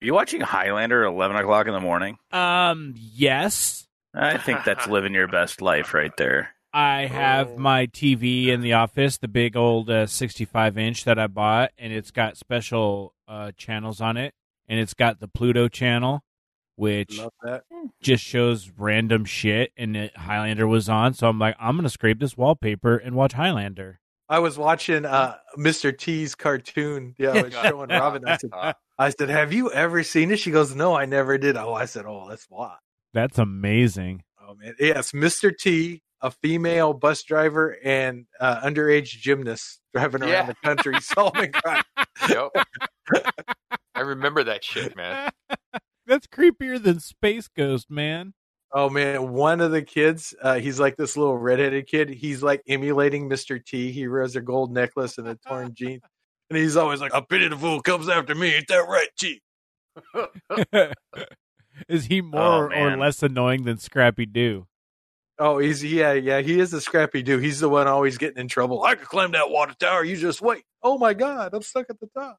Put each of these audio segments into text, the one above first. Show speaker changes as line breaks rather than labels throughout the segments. you watching Highlander at eleven o'clock in the morning?
Um, yes,
I think that's living your best life right there.
I have
Oh.
my TV in the office, the big old uh, 65 inch that I bought, and it's got special uh, channels on it, and it's got the Pluto channel, which
Love that.
just shows random shit, and it, Highlander was on, so I'm like, I'm gonna scrape this wallpaper and watch Highlander.
I was watching uh, Mr. T's cartoon. Yeah, I was showing Robin. I said,
Uh,
I said, "Have you ever seen it?" She goes, "No, I never did." Oh, I said, "Oh, that's why."
That's amazing.
Oh man, yes, Mr. T, a female bus driver and uh, underage gymnast driving around
Yeah.
the country solving crime.
Yep. I remember that shit, man.
That's creepier than Space Ghost, man.
Oh man, one of the kids, uh, he's like this little redheaded kid. He's like emulating Mr. T. He wears a gold necklace and a torn jean, and he's always like, "A pity the fool comes after me." Ain't that right, T?
Is he
Oh,
more or
man.
less annoying than Scrappy Doo?
Oh, he's yeah, yeah. He is the scrappy dude. He's the one always getting in trouble. I could climb that water tower. You just wait. Oh my god, I'm stuck at the top.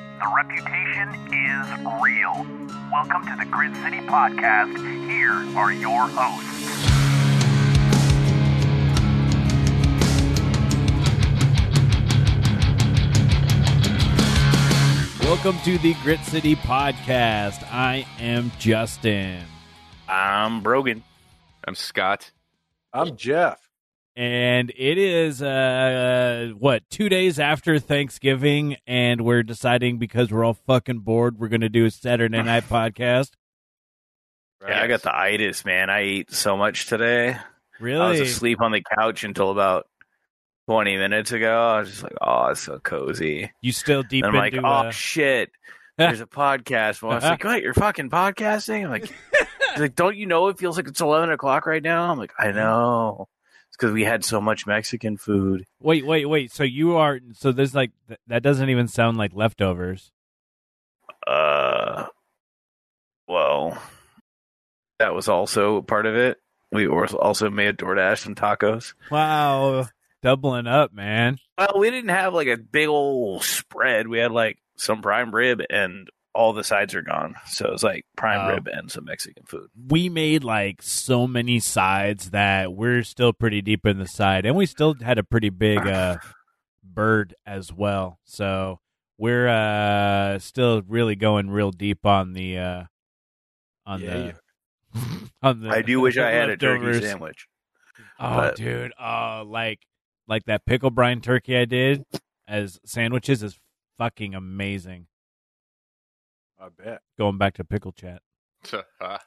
The reputation is real. Welcome to the Grid City Podcast. Here are your hosts.
Welcome to the Grit City Podcast. I am Justin.
I'm Brogan.
I'm Scott.
I'm Jeff.
And it is, uh, what, two days after Thanksgiving, and we're deciding because we're all fucking bored, we're going to do a Saturday night podcast.
Yeah, I got the itis, man. I ate so much today. I was
Really?
asleep on the couch until about twenty minutes ago. I was just like, "Oh, it's so cozy."
You still deep
And I'm like,
into
"Oh
uh,
shit, there's a podcast." Well, I was like, "Wait, you're fucking podcasting?" I'm like, he's like, "Don't you know it feels like it's eleven o'clock right now?" I'm like,
Mm.
"I know." It's because we had so much Mexican food.
wait, wait, wait. So you are, so there's like, th- that doesn't even sound like leftovers.
Uh, well, that was also part of it. We were also made DoorDash some tacos.
Wow. Doubling up, man.
Well, we didn't have like a big old spread. We had like some prime rib and all the sides are gone. So it was like prime
Oh.
rib and some Mexican food.
we made like so many sides that we're still pretty deep in the side and we still had a pretty big uh bird as well so we're uh still really going real deep on the uh on
Yeah,
the on the
I do wish I had a turkey
leftovers.
sandwich.
oh
but-
dude oh like like that pickle brine turkey i did as sandwiches is fucking amazing
I bet.
going back to pickle chat
uh,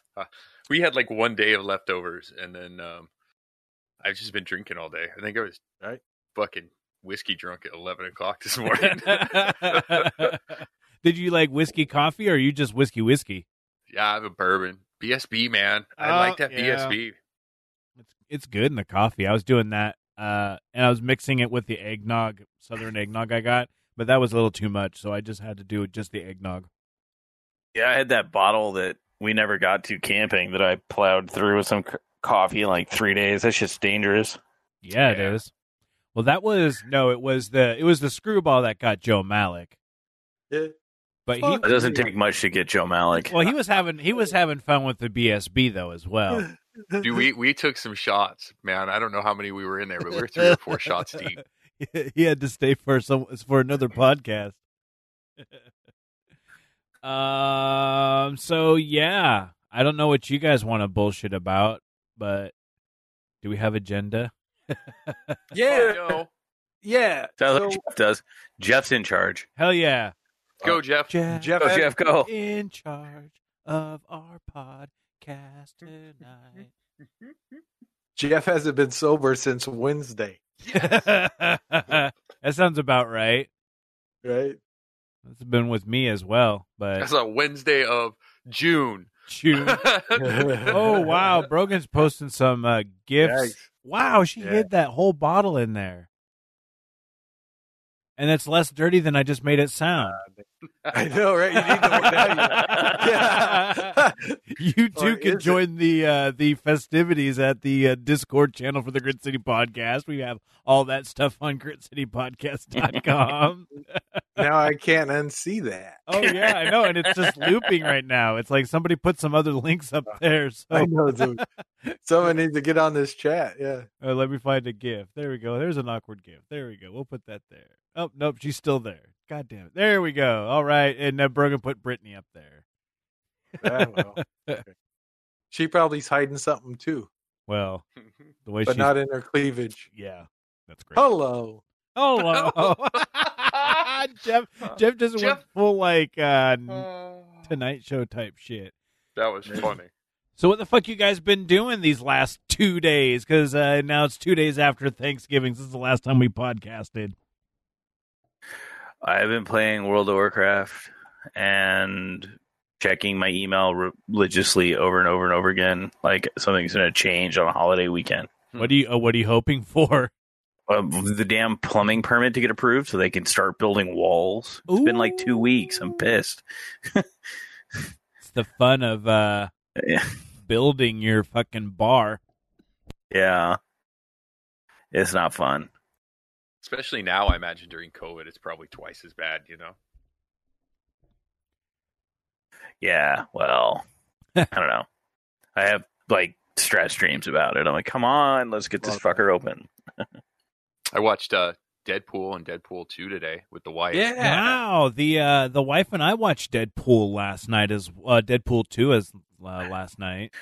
we had like one day of leftovers, and then um, I've just been drinking all day. I think I was
Right.
fucking whiskey drunk at eleven o'clock this morning. yeah,
Did you like whiskey coffee or you just whiskey whiskey?
I have a bourbon BSB, man. I
Oh,
like that
yeah.
BSB.
It's it's good in the coffee. I was doing that uh and I was mixing it with the eggnog, southern eggnog I got, but that was a little too much, so I just had to do just the eggnog.
Yeah, I had that bottle that we never got to camping that I plowed through with some c- coffee in like three days. That's just dangerous.
Yeah, it
Yeah.
is. Well, that was no, it was the it was the screwball that got Joe Malick.
Yeah.
But he
Fuck.
It doesn't take much to get Joe Malik.
well, he was having he was having fun with the BSB though as well.
Dude, we we took some shots, man. I don't know how many we were in there, but we were three or four shots deep.
he had to stay for some for another podcast. um. So yeah, I don't know what you guys want to bullshit about, but do we have agenda?
yeah,
Oh, no.
yeah.
Sounds
So,
like Jeff does. Jeff's in charge.
Hell yeah,
Go, Jeff.
Jeff,
Jeff,
Go,
had-
Oh, Jeff, go.
in charge of our podcast tonight.
Jeff hasn't been sober since Wednesday.
that sounds about right.
right?
That's been with me as well, but
That's a Wednesday of June.
shoot. oh wow, Brogan's posting some uh, gifts. Wow, she
Yeah.
hid that whole bottle in there, and it's less dirty than I just made it sound.
I know, right? You need to now you-
you
Uh, Or
too can
is it-
join the uh, the festivities at the uh, Discord channel for the Grid City Podcast. We have all that stuff on gritcitypodcast.com.
now I can't unsee that.
oh yeah, I know, and it's just looping right now. It's like somebody put some other links up
Uh-huh.
there. So
I know. dude. Someone needs to get on this chat. Yeah.
Uh, let me find a GIF. There we go. There's an awkward GIF. There we go. We'll put that there. Oh nope, she's still there. God damn it. There we go. All right, and uh, Brogan put Brittany up there.
Ah, well. Okay. She probably's hiding something too,
Well, the way
but
she's
not in her cleavage.
yeah, that's great.
Hello.
Oh, wow. Jeff, Jeff doesn't want
Jeff-
full like uh,
Mm-hmm.
that
Tonight Show type shit.
was funny.
So what the fuck you guys been doing these last two days? Because uh, now it's two days after Thanksgiving. Since the last time we podcasted,
I've been playing World of Warcraft and checking my email religiously over and over and over again, like something's going to change on a holiday weekend.
what do you uh, what are you hoping for?
Uh, the damn plumbing permit to get approved so they can start building walls. It's been like two weeks. I'm pissed.
It's the fun of uh,
Yeah.
building your fucking bar.
Yeah. It's not fun.
Especially now, I imagine during COVID, it's probably twice as bad. You know,
Yeah. Well, I don't know. I have like stress dreams about it. I'm like, come on, let's get this fucker open.
I watched uh, Deadpool and Deadpool Two today with the Wyatt.
Wow, the uh, the wife and I watched Deadpool last night as uh, Deadpool two as uh, last night.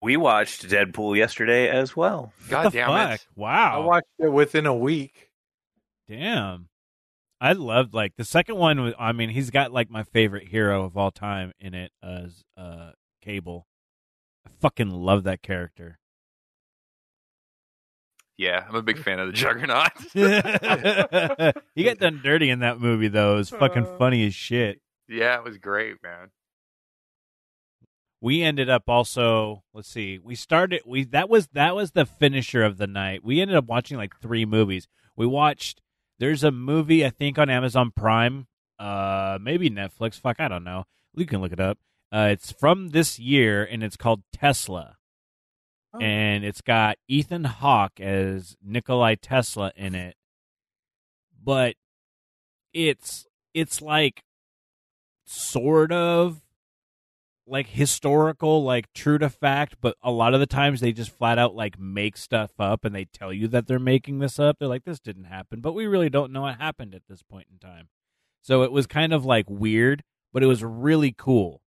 We watched Deadpool yesterday as well.
God
the
damn
fuck?
it!
Wow.
I
Oh.
watched it within a week.
Damn. I loved like the second one was I mean, he's got like my favorite hero of all time in it as uh Cable. I fucking love that character.
Yeah, I'm a big fan of the Juggernaut.
he got done dirty in that movie though. It was fucking funny as shit.
yeah, it was great, man.
We ended up also, let's see. We started we that was that was the finisher of the night. We ended up watching like 3 movies. We watched there's a movie I think on Amazon Prime, uh maybe Netflix, fuck, I don't know. You can look it up. Uh it's from this year and it's called Tesla.
Oh.
And it's got Ethan Hawke as Nikolai Tesla in it. But it's it's like sort of like historical, like true to fact, but a lot of the times they just flat out like make stuff up and they tell you that they're making this up. They're like, this didn't happen, but we really don't know what happened at this point in time. So it was kind of like weird, but it was really cool.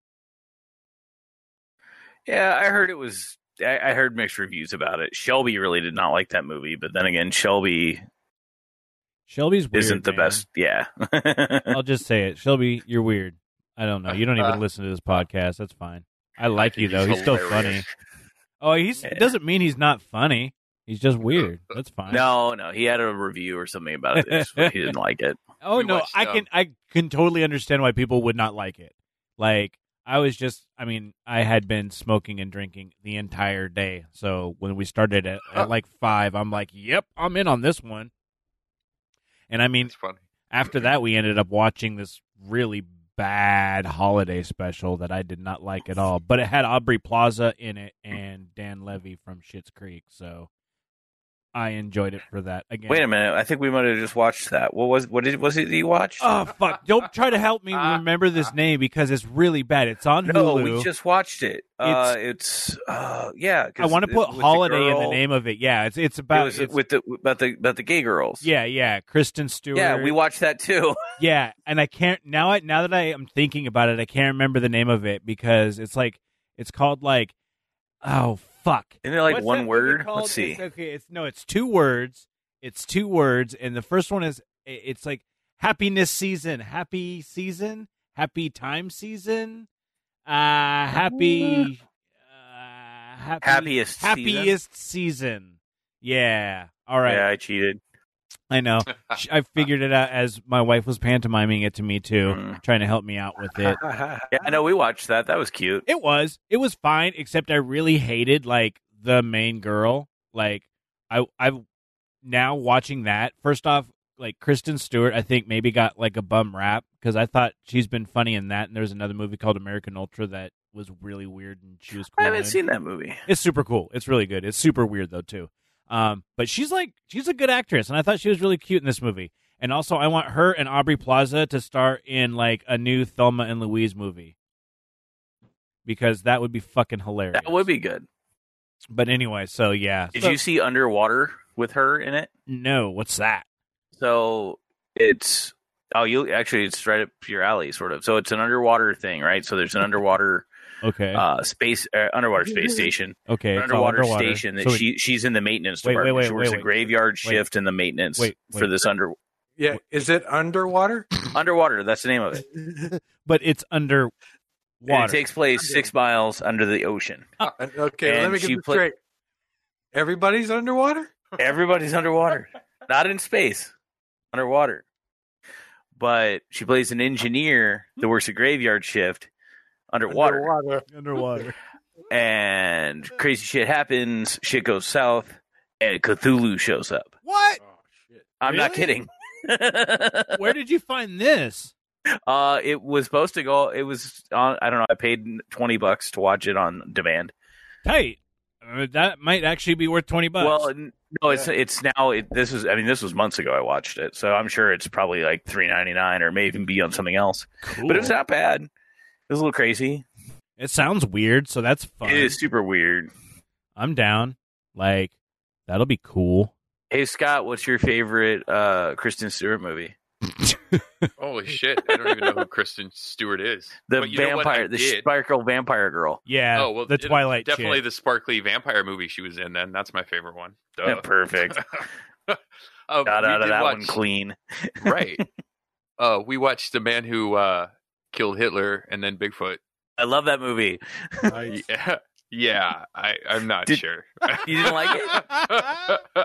Yeah, I heard it was. I, I heard mixed reviews about it. Shelby really did not like that movie, but then again, Shelby
Shelby's weird.
isn't the
man.
best. Yeah,
I'll just say it. Shelby, you're weird. I don't know. You don't
Uh,
even listen to this podcast. That's fine. I like you
think
though.
he's
He's still funny.
hilarious.
Oh, he's
Yeah.
it doesn't mean he's not funny. He's just weird. That's fine.
no, no, he had a review or something about it. It's- he didn't like it.
Oh
We
no,
watched,
I
um,
can I can totally understand why people would not like it. Like I was just I mean, I had been smoking and drinking the entire day. So when we started at, at like 5, I'm like, "Yep, I'm in on this one." And I mean,
It's funny.
after that we ended up watching this really bad holiday special that I did not like at all, but it had Aubrey Plaza in it and Dan Levy from Schitt's Creek, so I enjoyed it for that. Again,
Wait a minute, I think we might have just watched that. What was what did was it that you watched?
Oh fuck! Don't try to help me remember this name because it's really bad. It's on
Ah. no,
Hulu.
we just watched it. Uh, it's uh, yeah. 'cause
I want to
it-
put
with the
holiday in the
girl-
name of it. Yeah, it's it's
It
about
was
it's-
with the about the about the gay girls.
yeah yeah Kristen Stewart.
yeah. We watched that too.
yeah, and I can't now. I now that I am thinking about it, I can't remember the name of it because it's like it's called like oh fuck.
Isn't it like
What's that
one
movie
word?
called?
Let's see.
It's, okay, it's no, it's two words. It's two words, and the first one is i- it's like happiness season, happy season, happy time season, uh, happy, uh, happy
Happiest season?
happiest season. Yeah. All right.
Yeah, I cheated.
I know. She- I figured it out as my wife was pantomiming it to me too,
Mm.
trying to help me out with
Uh,
it.
Yeah, I know. We watched that. That was cute.
It was. It was fine, except I really hated like the main girl. Like I I now watching that, first off, like Kristen Stewart, I think maybe got like a bum rap because I thought she's been funny in that and there was another movie called American Ultra that was really weird and she was cool.
I haven't
in.
seen that movie.
It's super cool. It's really good. It's super weird though too. Um, but she's like she's a good actress, and I thought she was really cute in this movie. And also, I want her and Aubrey Plaza to star in like a new Thelma and Louise movie because that would be fucking hilarious.
That would be good.
But anyway, so yeah.
Did
So-
you see Underwater with her in it?
No, what's that?
So it's oh, you actually it's right up your alley, sort of. So it's an underwater thing, right? So there's an underwater
Okay,
uh, space, uh, underwater space station,
okay.
an
it's all
underwater, station that
So it-
she she's in the maintenance
Wait, wait,
department.
wait,
she works
wait,
a
wait.
graveyard shift in the maintenance
Wait, wait.
for this under
yeah, is it underwater?
underwater. That's the name of it.
but it's under
And
water.
It takes place six miles under the ocean.
And- okay,
And
let me get
she
this
put-
straight. Everybody's underwater.
Everybody's underwater, not in space, underwater. But she plays an engineer that works a graveyard shift underwater,
Underwater.
underwater.
and crazy shit happens. Shit goes south, and Cthulhu shows up.
what?
Oh shit!
I'm not
Really?
kidding.
Where did you find this?
uh, it was supposed to go. It was on. I don't know. I paid twenty bucks to watch it on demand.
Tight. Uh, that might actually be worth twenty bucks.
Well, n- no, it's it's now. It, this is. I mean, this was months ago. I watched it, so I'm sure it's probably like three ninety nine, or may even be on something else.
cool.
but it was not bad. It was a little crazy.
It sounds weird, so that's fun.
It is super weird.
I'm down. Like that'll be cool.
Hey Scott, what's your favorite uh, Kristen Stewart movie?
Holy shit! I don't even know who Kristen Stewart is.
The
But you know what I
vampire, the
did?
sparkle vampire girl.
Yeah.
oh well,
the
it-
Twilight.
Definitely
chick.
the sparkly vampire movie she was in. Then that's my favorite one. Duh.
Yeah, perfect.
Uh,
Got
we
out of
Oh. did
that
watch-
one clean.
right. Uh, we watched the man who uh, killed Hitler and then Bigfoot.
I love that movie.
Nice.
Yeah, yeah. I, I'm not
Did-
sure.
You didn't like it?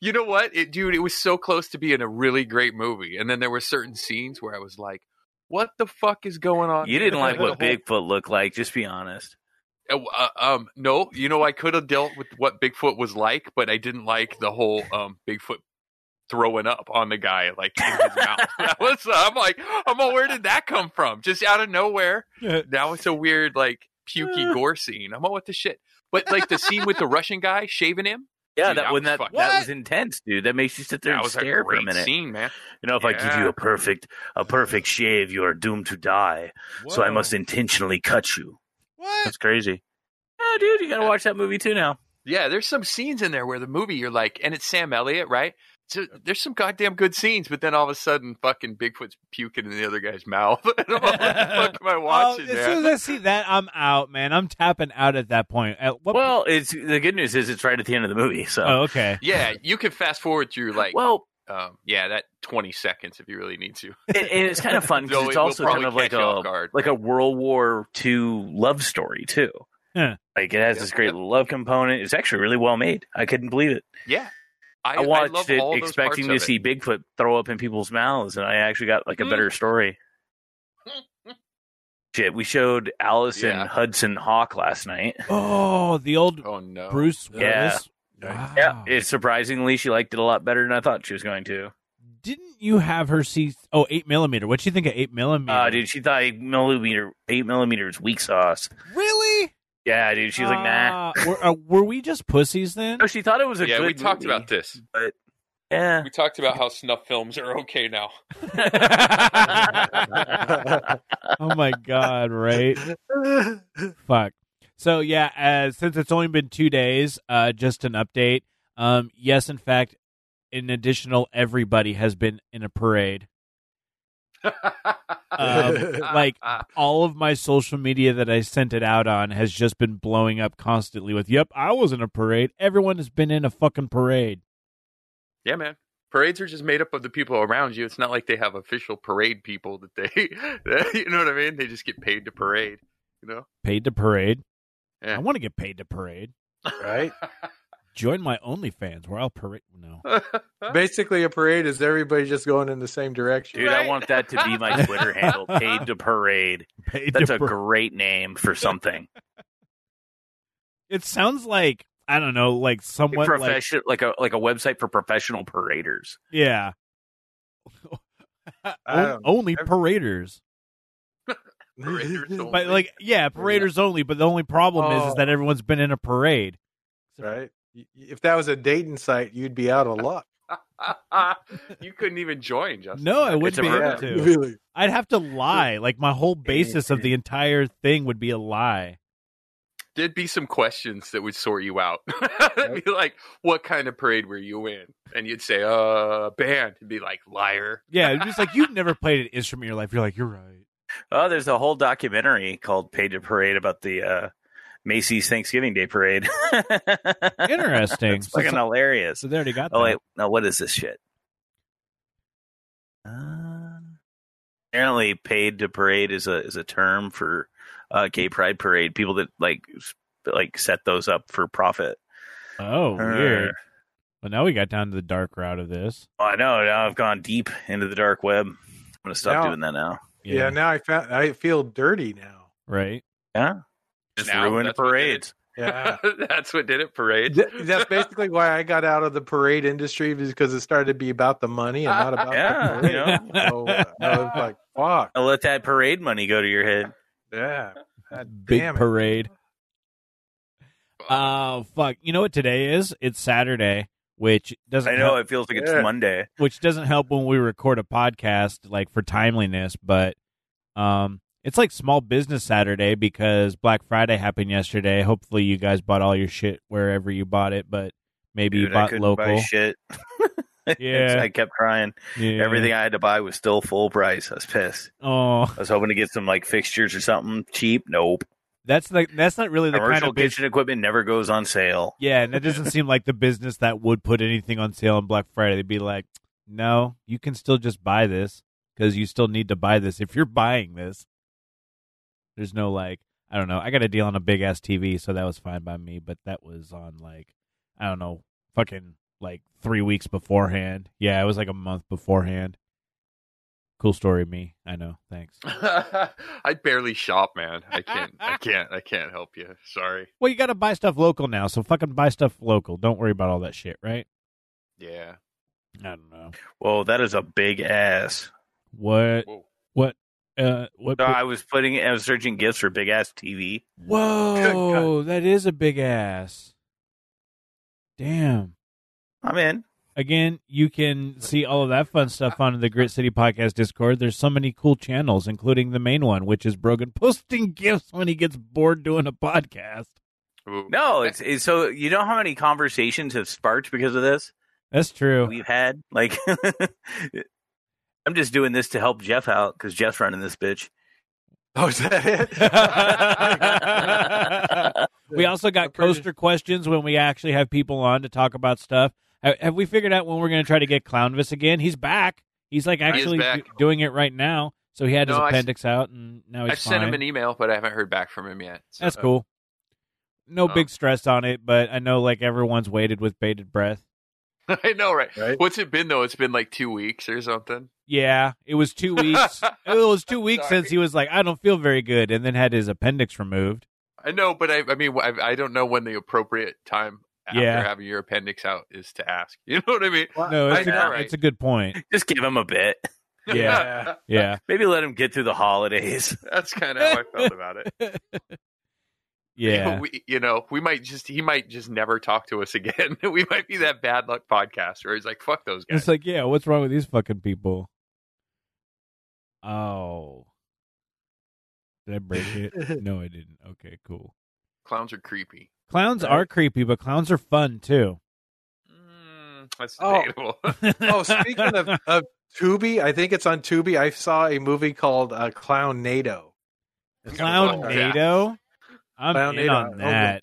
you know what, it, dude? It was so close to being a really great movie, and then there were certain scenes where I was like, "What the fuck is going on?"
You didn't like what
The whole-
Bigfoot looked like. Just be honest.
Uh, uh, um, no, you know, I could have dealt with what Bigfoot was like, but I didn't like the whole um Bigfoot throwing up on the guy like in his mouth. That was, uh, I'm like, I'm all, where did that come from? Just out of nowhere. Now it's a weird like pukey gore scene. I'm all, what the shit? But like the scene with the Russian guy shaving him,
Yeah,
Dude,
that
that
when
was
that
fuck-
that
What?
was intense, dude. That makes you sit there
that
and
was a
stare for a
great
minute.
scene, man.
You know, if I give
Yeah.
you a perfect a perfect shave, you are doomed to die. So I
Whoa.
must intentionally cut you.
What?
That's crazy. Yeah, dude, you gotta watch that movie too now.
Yeah, there's some scenes in there where the movie you're like, and it's Sam Elliott, right? So there's some goddamn good scenes, but then all of a sudden, fucking Bigfoot's puking in the other guy's mouth. and I'm like, what the fuck am I watching?
Oh, as
man?"
soon as I see that, I'm out, man. I'm tapping out at that point. At what
Well, it's the good news is it's right at the end of the movie. So,
oh, okay.
yeah, you can fast forward through like,
well,
um, yeah, that 20 seconds if you really need to.
and, and it's kind of fun because
So
it's
it will
also
probably
kind of like
catch you off
a
guard.
like a World War II love story too.
Huh.
Like it has
Yep,
this great
yep.
love component. It's actually really well made. I couldn't believe it.
Yeah,
I watched
love all
it
those
expecting to
parts of
see
it.
Bigfoot throw up in people's mouths, and I actually got like a
Mm.
better story. Shit, we showed Allison
Yeah.
Hudson Hawk last night.
Oh, the old
Oh no,
Bruce
Yeah.
Willis. Wow.
Yeah, it surprisingly she liked it a lot better than I thought she was going to.
Didn't you have her see? Oh, eight millimeter. What'd you think of eight millimeter?
Uh, dude, she thought eight millimeter eight millimeter is weak sauce.
Really?
Yeah, dude, she's like, nah.
Uh, were, uh, were we just pussies then?
No, she thought it was a
Yeah,
good
we talked
movie,
about this.
but yeah,
We talked about how snuff films are okay now.
oh my god! Right? Fuck. So yeah, uh, since it's only been two days, uh, just an update. Um, yes, in fact, an additional everybody has been in a parade. Um, like all of my social media that I sent it out on has just been blowing up constantly with, "Yep, I was in a parade. Everyone has been in a fucking parade."
Yeah, man. Parades are just made up of the people around you. It's not like they have official parade people that they, you know what I mean? They just get paid to parade, you know?
Paid to parade.
Yeah.
I want to get paid to parade.
Right?
join my OnlyFans where I'll parade. No,
Basically, a parade is everybody just going in the same direction.
Dude, I want that to be my Twitter handle, Paid to Parade.
Paid
That's
to
a
par-
great name for something.
It sounds like I don't know, like somewhat like
Profession, like, a like a website for professional paraders.
yeah.
I
O-
don't
only
Every-
paraders,
Raiders
but like yeah, paraders only. But the only problem is is
Oh.
that everyone's been in a parade.
right? Y- If that was a dating site, you'd be out of luck.
you couldn't even join, Justin.
No,
It's
I
a
wouldn't be able
parade.
to.
Really?
I'd have to lie. Like my whole basis of the entire thing would be a lie.
There'd be some questions that would sort you out. It'd be like, what kind of parade were you in? And you'd say, uh, band. It'd be like, liar.
Yeah, it's just like you've never played an instrument in your life. You're like, you're right.
Oh, there's a whole documentary called Paid to Parade about the uh, Macy's Thanksgiving Day Parade.
Interesting.
it's
so,
fucking hilarious.
so they already got that.
Oh wait, no, what is this shit? Uh, apparently, paid to parade is a is a term for uh, gay pride parade. People that like s- like set those up for profit.
oh,
Uh.
Err.
weird. Well, now we got down to the dark route of this.
Oh, I know. Now I've gone deep into the dark web. I'm gonna stop
Now-
doing that now.
Yeah. now I found I feel dirty now.
Right.
Just
Now,
ruin
that's what did
parades.
Yeah.
That's what did it, parade.
Th- That's basically why I got out of the parade industry because it started to be about the money and not about
Yeah,
the parade.
you know.
So, uh, I was like, fuck,
I'll let that parade money go to your head.
yeah.
Big
damn it.
parade. Oh fuck! You know what today is? It's Saturday, which doesn't
I know
help,
it feels like it's
Yeah.
Monday.
which doesn't help when we record a podcast like for timeliness, but um, it's like Small Business Saturday because Black Friday happened yesterday. Hopefully, you guys bought all your shit wherever you bought it, but maybe
Dude,
you
I
bought
couldn't
local.
buy shit.
Yeah.
I kept crying.
Yeah.
Everything I had to buy was still full price. I was pissed.
Oh,
I was hoping to get some like fixtures or something cheap. Nope.
that's like that's not really the kind
Commercial
of business.
kitchen equipment never goes on sale.
Yeah, and that doesn't seem like the business that would put anything on sale on Black Friday. They'd be like, "No, you can still just buy this because you still need to buy this. If you're buying this, there's no like, I don't know. I got a deal on a big ass TV, so that was fine by me. But that was on like, I don't know, fucking like three weeks beforehand. Yeah, it was like a month beforehand. Cool story, me. I know. Thanks.
I barely shop, man. I can't. I can't. I can't help you. Sorry.
Well, you got to buy stuff local now, so fucking buy stuff local. Don't worry about all that shit, right?
Yeah.
I don't know
Whoa, that is a big ass.
what.
Whoa.
What? Uh, what?
So I was putting, I was searching gifts for big ass TV.
Whoa, that is a big ass. Damn.
I'm in.
Again, you can see all of that fun stuff on the Grit City Podcast Discord. There's so many cool channels, including the main one, which is Brogan posting gifts when he gets bored doing a podcast.
Ooh.
No, it's, it's so you know how many conversations have sparked because of this
That's true.
we've had. Like, I'm just doing this to help Jeff out because Jeff's running this bitch.
Oh, is that it?
we also got
I'm pretty-
coaster questions when we actually have people on to talk about stuff. Ha- Have we figured out when we're going to try to get Clownvis again? He's back. He's like actually
back.
do- doing it right now. So he had his
No, I s-
appendix out, and now he's
I've sent him
fine.
an email, but I haven't heard back from him yet. so-
That's cool. No
Oh.
big stress on it, but I know like everyone's waited with bated breath.
I know, right?
Right.
What's it been though? It's been like two weeks or something.
Yeah, it was two weeks. it was two weeks
Sorry.
since he was like, I don't feel very good, and then had his appendix removed.
I know, but I, I mean, I, I don't know when the appropriate time after
Yeah.
having your appendix out is to ask. You know what I mean?
No, it's,
I
a,
know, right?
it's a good point.
Just give him a bit.
Yeah, yeah.
Maybe let him get through the holidays.
That's kind of how I felt about it.
Yeah.
we, you know, we might just he might just never talk to us again. we might be that bad luck podcast where he's like, "Fuck those guys."
It's like, yeah, what's wrong with these fucking people? Oh. Did I break it? no, I didn't. Okay, cool.
Clowns are creepy.
Clowns
Right.
are creepy, but clowns are fun too.
Mm, that's
Oh.
debatable.
oh, speaking of, of Tubi, I think it's on Tubi. I saw a movie called uh, Clown NATO.
Clown NATO, I'm
Clown
in
NATO. oh,
on
Okay.
that.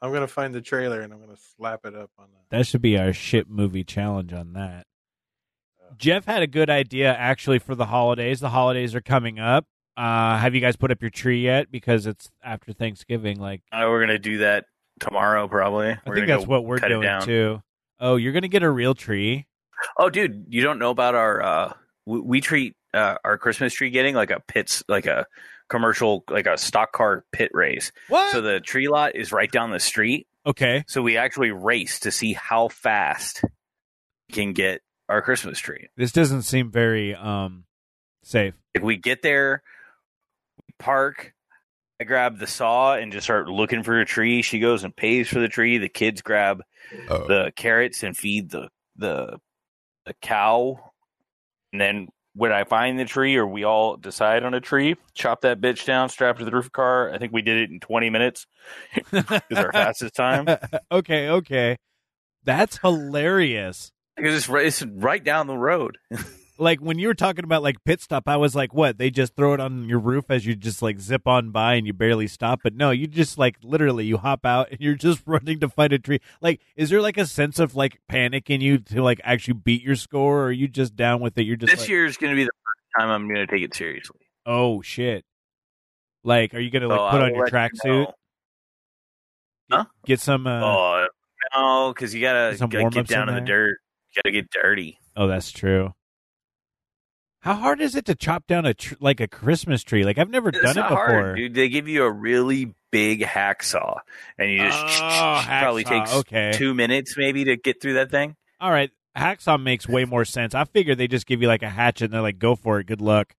I'm gonna find the trailer and I'm gonna slap it up on the.
That should be our shit movie challenge on that.
Uh.
Jeff had a good idea actually for the holidays. The holidays are coming up. Uh, have you guys put up your tree yet? Because it's after Thanksgiving. Like,
Uh, we're gonna do that tomorrow, probably.
I think that's what we're
cut it
doing
down.
too. Oh, you're gonna get a real tree.
Oh, dude, you don't know about our uh, we, we treat uh, our Christmas tree getting like a pits like a commercial like a stock car pit race.
What?
So the tree lot is right down the street.
okay.
So we actually race to see how fast we can get our Christmas tree.
This doesn't seem very um safe.
Like we get there, we park. I grab the saw and just start looking for a tree. She goes and pays for the tree. The kids grab the carrots and feed the the the cow. And then when I find the tree, or we all decide on a tree, chop that bitch down, strap it to the roof of the car. I think we did it in 20 minutes. Is our fastest time
okay, okay. That's hilarious.
because it's right, it's right down the road.
Like when you were talking about like pit stop, I was like, what? They just throw it on your roof as you just like zip on by and you barely stop. But no, you just like literally you hop out and you're just running to fight a tree. Like, is there like a sense of like panic in you to like actually beat your score or are you just down with it? You're just
this
like,
year is going to be the first time I'm going to take it seriously.
oh shit. Like, are you gonna like
So
put
I
on
will
your
let you
tracksuit?
know.
Get some uh,
oh no, because you gotta,
Get some
gotta get
warm-ups
down
in
in the
there.
dirt. You gotta get dirty.
Oh, that's true. How hard is it to chop down a tr- like a Christmas tree? Like I've never
It's
done it
not
before.
hard, dude. They give you a really big hacksaw, and you just
Oh,
probably
hacksaw.
takes
okay.
two minutes maybe to get through that thing.
All right, hacksaw makes way more sense. I figure they just give you like a hatchet and they're like, "Go for it, good luck."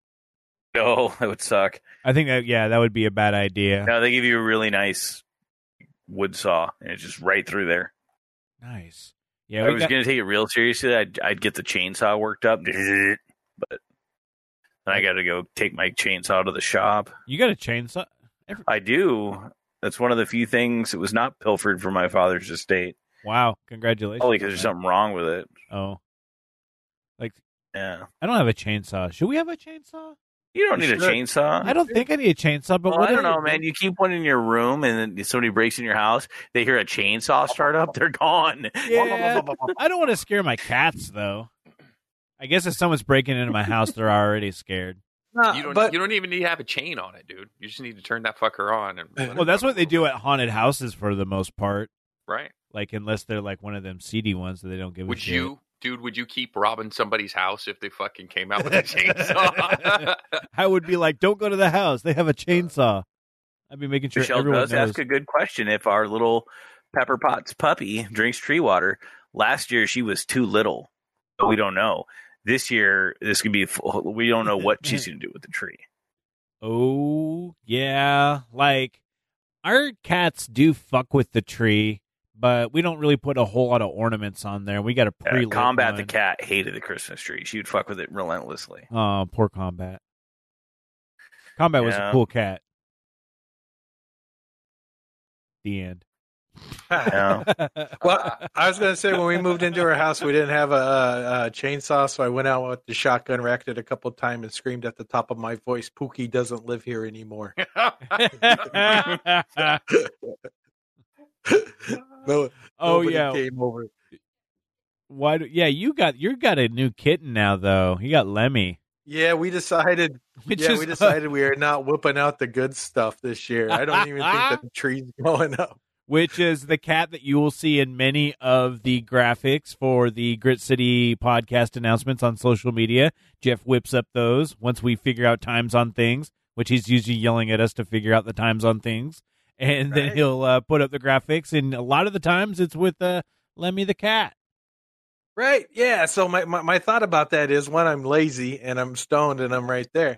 No, that would suck.
I think that yeah, that would be a bad idea.
No, they give you a really nice wood saw, and it's just right through there.
Nice. Yeah,
I
we
was
got-
gonna take it real seriously. I'd, I'd get the chainsaw worked up, but then I got to go take my chainsaw to the shop.
you got a chainsaw.
I do. That's one of the few things that was not pilfered from my father's estate.
Wow, congratulations.
Probably because there's something wrong with it.
Oh, like
Yeah.
I don't have a chainsaw. Should we have a chainsaw?
You don't
You
need a
should.
chainsaw.
I don't think I need a chainsaw. But
Well,
what
I don't
if-
know, man. You keep one in your room, and then somebody breaks in your house. They hear a chainsaw start up. They're gone.
Yeah. I don't want to scare my cats though. I guess if someone's breaking into my house, they're already scared.
Nah,
You don't.
but
you don't even need to have a chain on it, dude. You just need to turn that fucker on. And let it
Uh, Well, that's
run
what they
over.
do at haunted houses for the most part.
right?
Like unless they're like one of them seedy ones that they don't give a
Would
shit.
you, dude? Would you keep robbing somebody's house if they fucking came out with a chainsaw?
I would be like, don't go to the house. They have a chainsaw. I'd be making sure
Michelle
everyone
does
knows.
ask a good question. If our little Pepper Potts puppy drinks tree water, last year she was too little, but we don't know. This year, this could be. Full, we don't know what she's going to do with the tree.
Oh yeah, like our cats do fuck with the tree, but we don't really put a whole lot of ornaments on there. We got a
Uh,
pre
Combat the cat hated the Christmas tree. She would fuck with it relentlessly.
Oh, poor Combat. Combat was a
Yeah.
cool cat. The end.
Yeah.
Oh. Well, I was going to say when we moved into our house, we didn't have a, a, a chainsaw, so I went out with the shotgun, racked it a couple times, and screamed at the top of my voice, "Pookie doesn't live here anymore." No,
oh
nobody
yeah.
came over.
Why? Do, yeah, you got you got a new kitten now though. You got Lemmy,
Yeah, we decided.
which
yeah,
is
we decided we are not whipping out the good stuff this year. I don't even think the tree's going up.
which is the cat that you will see in many of the graphics for the Grit City podcast announcements on social media. Jeff whips up those once we figure out times on things, which he's usually yelling at us to figure out the times on things, and then
Right.
he'll uh, put up the graphics. And a lot of the times, it's with uh, Lemmy the cat.
Right. Yeah. So my, my, my thought about that is one, I'm lazy and I'm stoned and I'm right there.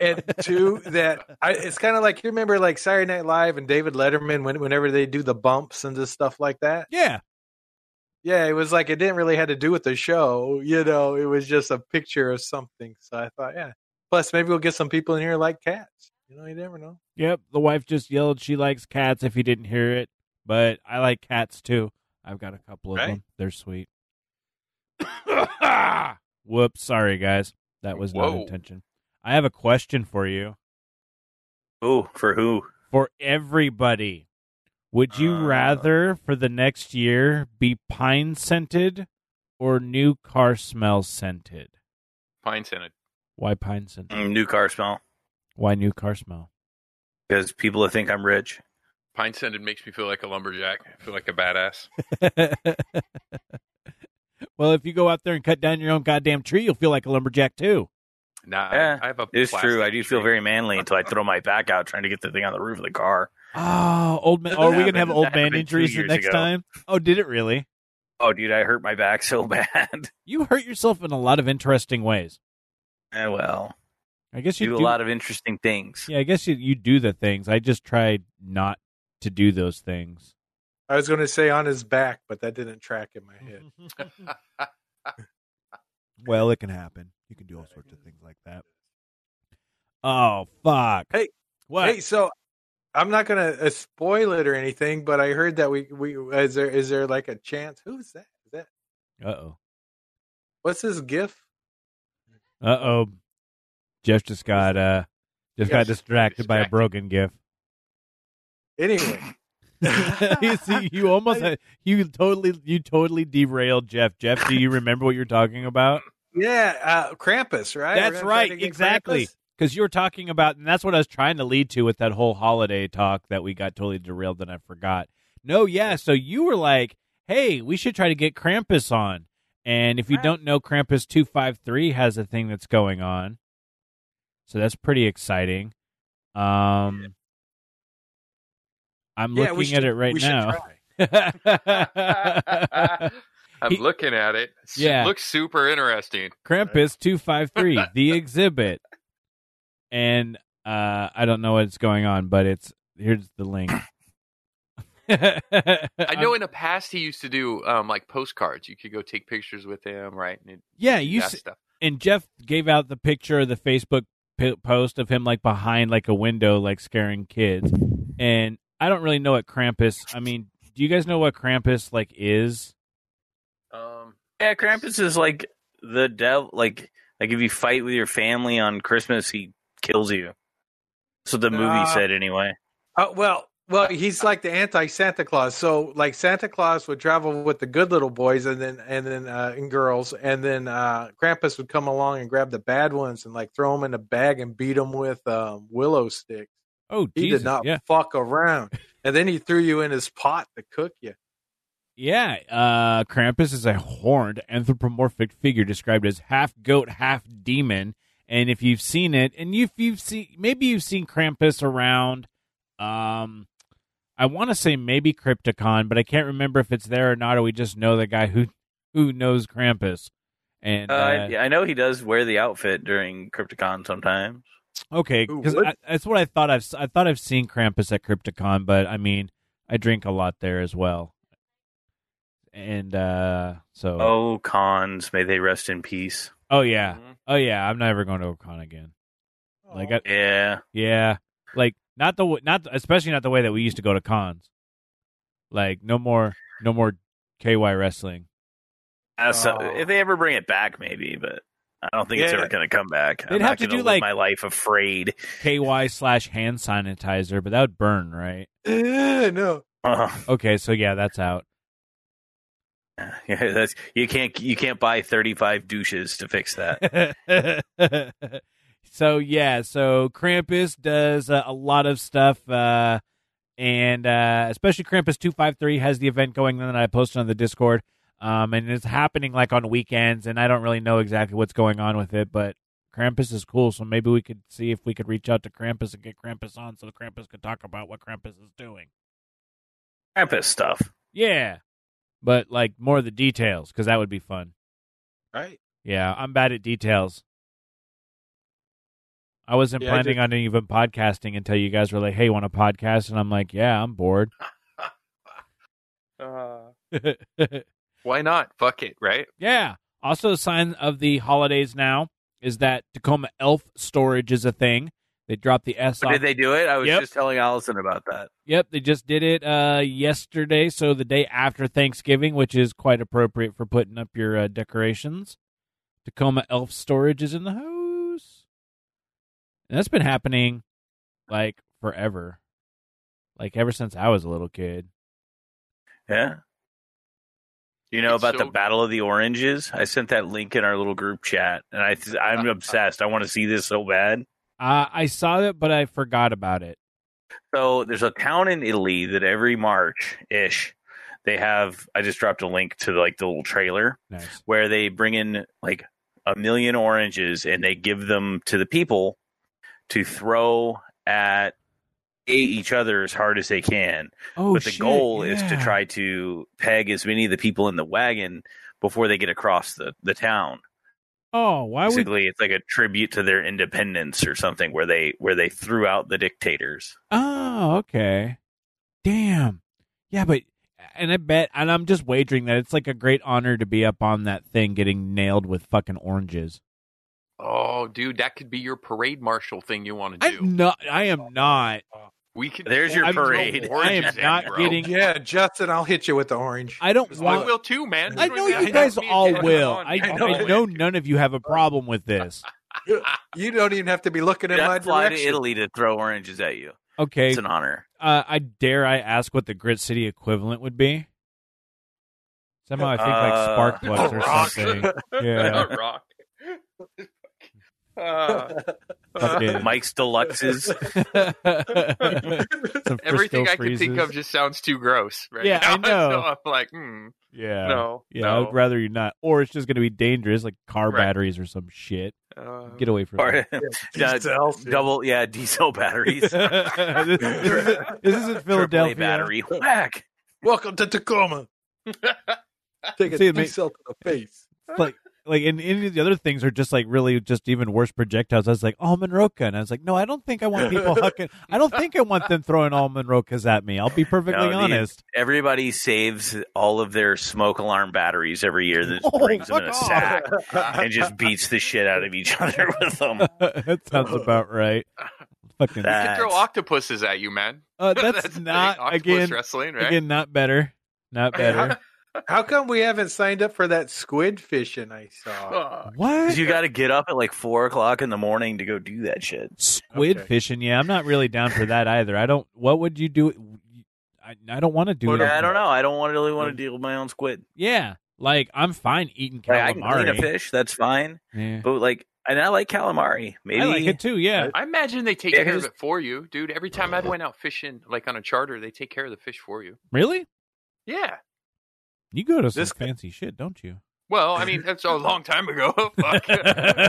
And two, that I, it's kind of like you remember like Saturday Night Live and David Letterman when, whenever they do the bumps and just stuff like that.
Yeah,
Yeah, it was like it didn't really have to do with the show, you know. It was just a picture of something. So I thought, yeah. Plus, maybe we'll get some people in here like cats. You know, you never know.
Yep, the wife just yelled she likes cats if you didn't hear it, but I like cats too. I've got a couple of
Right.
them. They're sweet. Whoops, sorry guys. That was not
Whoa.
intention. I have a question for you.
Ooh, for who?
For everybody. Would you
Uh.
rather for the next year be pine scented or new car smell scented?
Pine scented.
Why pine scented?
Mm, New car smell
Why new car smell?
because people think I'm rich.
Pine scented makes me feel like a lumberjack. I feel like a badass.
well, if you go out there and cut down your own goddamn tree, you'll feel like a lumberjack too.
Nah, I-
Yeah,
I, have a.
It's true.
plastic
I do feel
tree.
very manly until I throw my back out trying to get the thing on the roof of the car.
Oh, old man. Are we gonna have
That
old
happened
man
two
injuries the
years
next
ago.
time? Oh, did it really?
Oh, dude, I hurt my back so bad.
You hurt yourself in a lot of interesting ways.
Eh, well,
I guess you
do a lot of interesting things.
Yeah, I guess you, you do the things. I just tried not to do those things.
I was going to say on his back, but that didn't track in my
Mm.
head.
well, it can happen. You can do all sorts of things like that. Oh fuck!
Hey.
what?
Hey, so I'm not going to uh, spoil it or anything, but I heard that we we is there is there like a chance? Who's that? Is that
Uh oh.
what's his gif?
Uh oh. Jeff just got uh just got
Yes,
distracted by a
distracted.
broken gif.
Anyway,
you see, you almost had, you totally you totally derailed Jeff. Jeff, do you remember what you're talking about?
yeah, uh, Krampus, right? We're
That's
gonna try
right,
to get
exactly.
Krampus?
Because you were talking about, and that's what I was trying to lead to with that whole holiday talk that we got totally derailed and I forgot. No, yeah. So you were like, hey, we should try to get Krampus on. And if you don't know, Krampus 253 has a thing that's going on. So that's pretty exciting. Um, I'm
Yeah,
looking
we
at
should-
it right
we should
now.
try.
I'm
He-
looking at it. S-
Yeah.
looks super interesting.
Krampus two five three, the exhibit. And uh I don't know what's going on, but it's here's the link.
I
Uh,
know in the past he used to do um, like postcards. You could go take pictures with him, right? And it-
Yeah,
do
you
that
s-
stuff.
and Jeff gave out the picture of the Facebook p- post of him like behind like a window, like scaring kids. And I don't really know what Krampus. I mean, do you guys know what Krampus like is?
Um,
Yeah, Krampus is like the devil. Like, like if you fight with your family on Christmas, he kills you. So the movie
Nah.
said anyway.
Uh, well, well, he's like the anti Santa Claus. So, like Santa Claus would travel with the good little boys and then and then uh, and girls, and then uh, Krampus would come along and grab the bad ones and like throw them in a bag and beat them with um, willow sticks.
Oh,
He
Jesus.
did not
yeah.
fuck around, and then he threw you in his pot to cook you.
Yeah, uh, Krampus is a horned anthropomorphic figure described as half goat, half demon. And if you've seen it, and if you've seen, maybe you've seen Krampus around. Um, I want to say maybe Crypticon, but I can't remember if it's there or not. Or we just know the guy who who knows Krampus. And
Uh,
uh,
I, I know he does wear the outfit during Crypticon sometimes.
Okay,
Who
because
would?
that's what I thought. I've s- I thought I've seen Krampus at Crypticon, but I mean, I drink a lot there as well, and uh, so
Oh, cons, may they rest in peace. Mm-hmm.
oh yeah, oh yeah, I'm never going to a con again.
Oh.
Like I,
Yeah,
yeah, like not the w- not especially not the way that we used to go to cons. Like no more no more KY wrestling.
Uh, so
Oh.
if they ever bring it back, maybe, but I don't think it's
Yeah.
ever going to come back.
They'd
I'm
have
not
to
gonna
do,
live
like-
my life afraid.
KY slash hand sanitizer, but that would burn, right?
Eh, no.
Uh,
Okay, so yeah, that's out.
yeah, that's you can't you can't buy 35 douches to fix that.
so yeah, so Krampus does uh, a lot of stuff, uh, and uh, especially Krampus two five three has the event going on that I posted on the Discord, um, and it's happening like on weekends, and I don't really know exactly what's going on with it, but Krampus is cool, so maybe we could see if we could reach out to Krampus and get Krampus on, so Krampus could talk about what Krampus is doing.
Krampus stuff.
Yeah, but like more of the details because that would be fun.
Right.
Yeah, I'm bad at details. I wasn't
Yeah, I
planning on even podcasting until you guys were like, "Hey, want a podcast?" And I'm like, "Yeah, I'm bored."
uh, why not? Fuck it, right?
yeah. Also, a sign of the holidays now is that Tacoma Elf Storage is a thing. They dropped the S
But
off.
did they do it? I was
Yep.
just telling Allison about that.
Yep, they just did it uh, yesterday, so the day after Thanksgiving, which is quite appropriate for putting up your uh, decorations. Tacoma Elf Storage is in the house, and that's been happening like forever, like ever since I was a little kid.
Yeah. You know
It's
about
so-
the Battle of the Oranges? I sent that link in our little group chat, and I I'm obsessed. I want to see this so bad.
Uh, I saw it, but I forgot about it.
So there's a town in Italy that every March ish they have. I just dropped a link to like the little trailer
Nice.
where they bring in like a million oranges and they give them to the people to throw at a- each other as hard as they can.
Oh,
but the
shit,
goal is to
yeah.
try to peg as many of the people in the wagon before they get across the, the town.
Oh, why would
Basically, it's like a tribute to their independence or something where they where they threw out the dictators.
Oh, okay. Damn. Yeah, but and I bet and I'm just wagering that it's like a great honor to be up on that thing getting nailed with fucking oranges.
Oh, dude, that could be your parade marshal thing you want to do.
I'm not I am not
we could.
There's your
I'm-
parade.
I am
Oranges in,
not
bro.
getting
Yeah, Justin, I'll hit you with the orange.
I don't
I
want
will too, man.
I know you guys all will. I, I know none of you have a problem with this.
You don't even have to be looking in my
Just fly to
direction.
Italy to throw oranges at you.
Okay,
It's an honor.
uh, I dare I ask what the Grid City equivalent would be? Somehow I think like
Uh,
spark plugs or
rock.
something. Yeah,
A rock. Uh,
Fuck it.
Mike's deluxes.
Some
everything
Frisco
I can think
freezes.
of just sounds too gross. Right
Yeah, I
now.
know.
So I'm like, hmm,
Yeah.
no,
Yeah, I'd
no.
rather you not. Or it's just going to be dangerous, like car
Right.
batteries or some shit.
Uh,
Oh.
Get away from
or
me.
Yeah,
Yourself.
double yeah, diesel batteries.
this, this isn't- this isn't Philadelphia.
AAA battery. Whack.
Welcome to Tacoma. Take a
See, mate.
cell to the face.
Like, like, and any of the other things are just like really just even worse projectiles. I was like, oh, Monroca, and I was like, no, I don't think I want people hucking. I don't think I want them throwing all Monrocas at me. I'll be perfectly
No, the-
honest.
Everybody saves all of their smoke alarm batteries every year that just
Oh,
brings them in a
fuck off.
sack and just beats the shit out of each other with them.
that sounds about right. Fucking.
That-
you could throw
That's-
octopuses at you, man.
uh, that's,
the thing,
not
octopus
again.
wrestling, right?
Again, not better. Not better.
How come we haven't signed up for that squid fishing I saw?
Uh,
what?
'Cause you got to get up at like four o'clock in the morning to go do that shit.
Squid
Okay.
fishing, yeah, I'm not really down for that either. I don't. What would you do? I, I don't want to do. it.
Yeah, I don't know. I don't want really
Mm.
want to deal with my own squid.
Yeah, like I'm fine eating
Like, I can
calamari.
clean a fish, that's fine.
Yeah.
But like, and I like calamari. Maybe
I like it too. Yeah,
I imagine they take
Yeah,
care of
'cause-
it for you, dude. Every time I went out fishing, like on a charter, they take care of the fish for you.
really?
Yeah.
You go to some
This-
fancy shit, don't you?
Well, I mean, that's a long time ago. Fuck.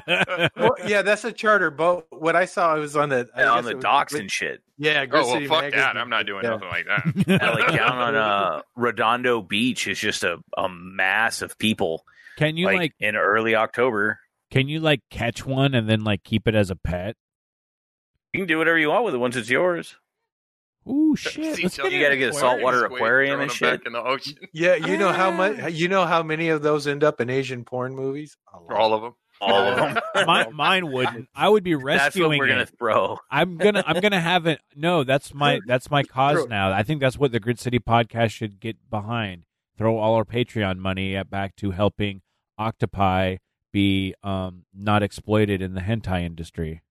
Well, yeah, that's a charter boat. What I saw was on the I
on
guess
the
it was-
docks and shit.
yeah,
oh,
Grid
well,
City
fuck that.
Magazine.
I'm not doing
Yeah.
nothing like that.
And, like down on uh, Redondo Beach is just a, a mass of people.
can you like,
like, in early October,
Can you like catch one and then like keep it as a pet?
you can do whatever you want with it once it's yours.
Ooh shit!
See,
let's
Joe,
get
You
it.
gotta get a saltwater
squid,
aquarium
throwing
and
them
shit.
Back in the ocean.
Yeah, you know how
Ah.
much you know how many of those end up in Asian porn movies? A lot.
All of them.
All of them.
My, mine wouldn't. I would be
That's what
rescuing
we're
it.
gonna throw.
I'm gonna I'm gonna have it. No, that's my that's my cause
True.
now. I think that's what the Grid City podcast should get behind. Throw all our Patreon money at- back to helping octopi be um not exploited in the hentai industry.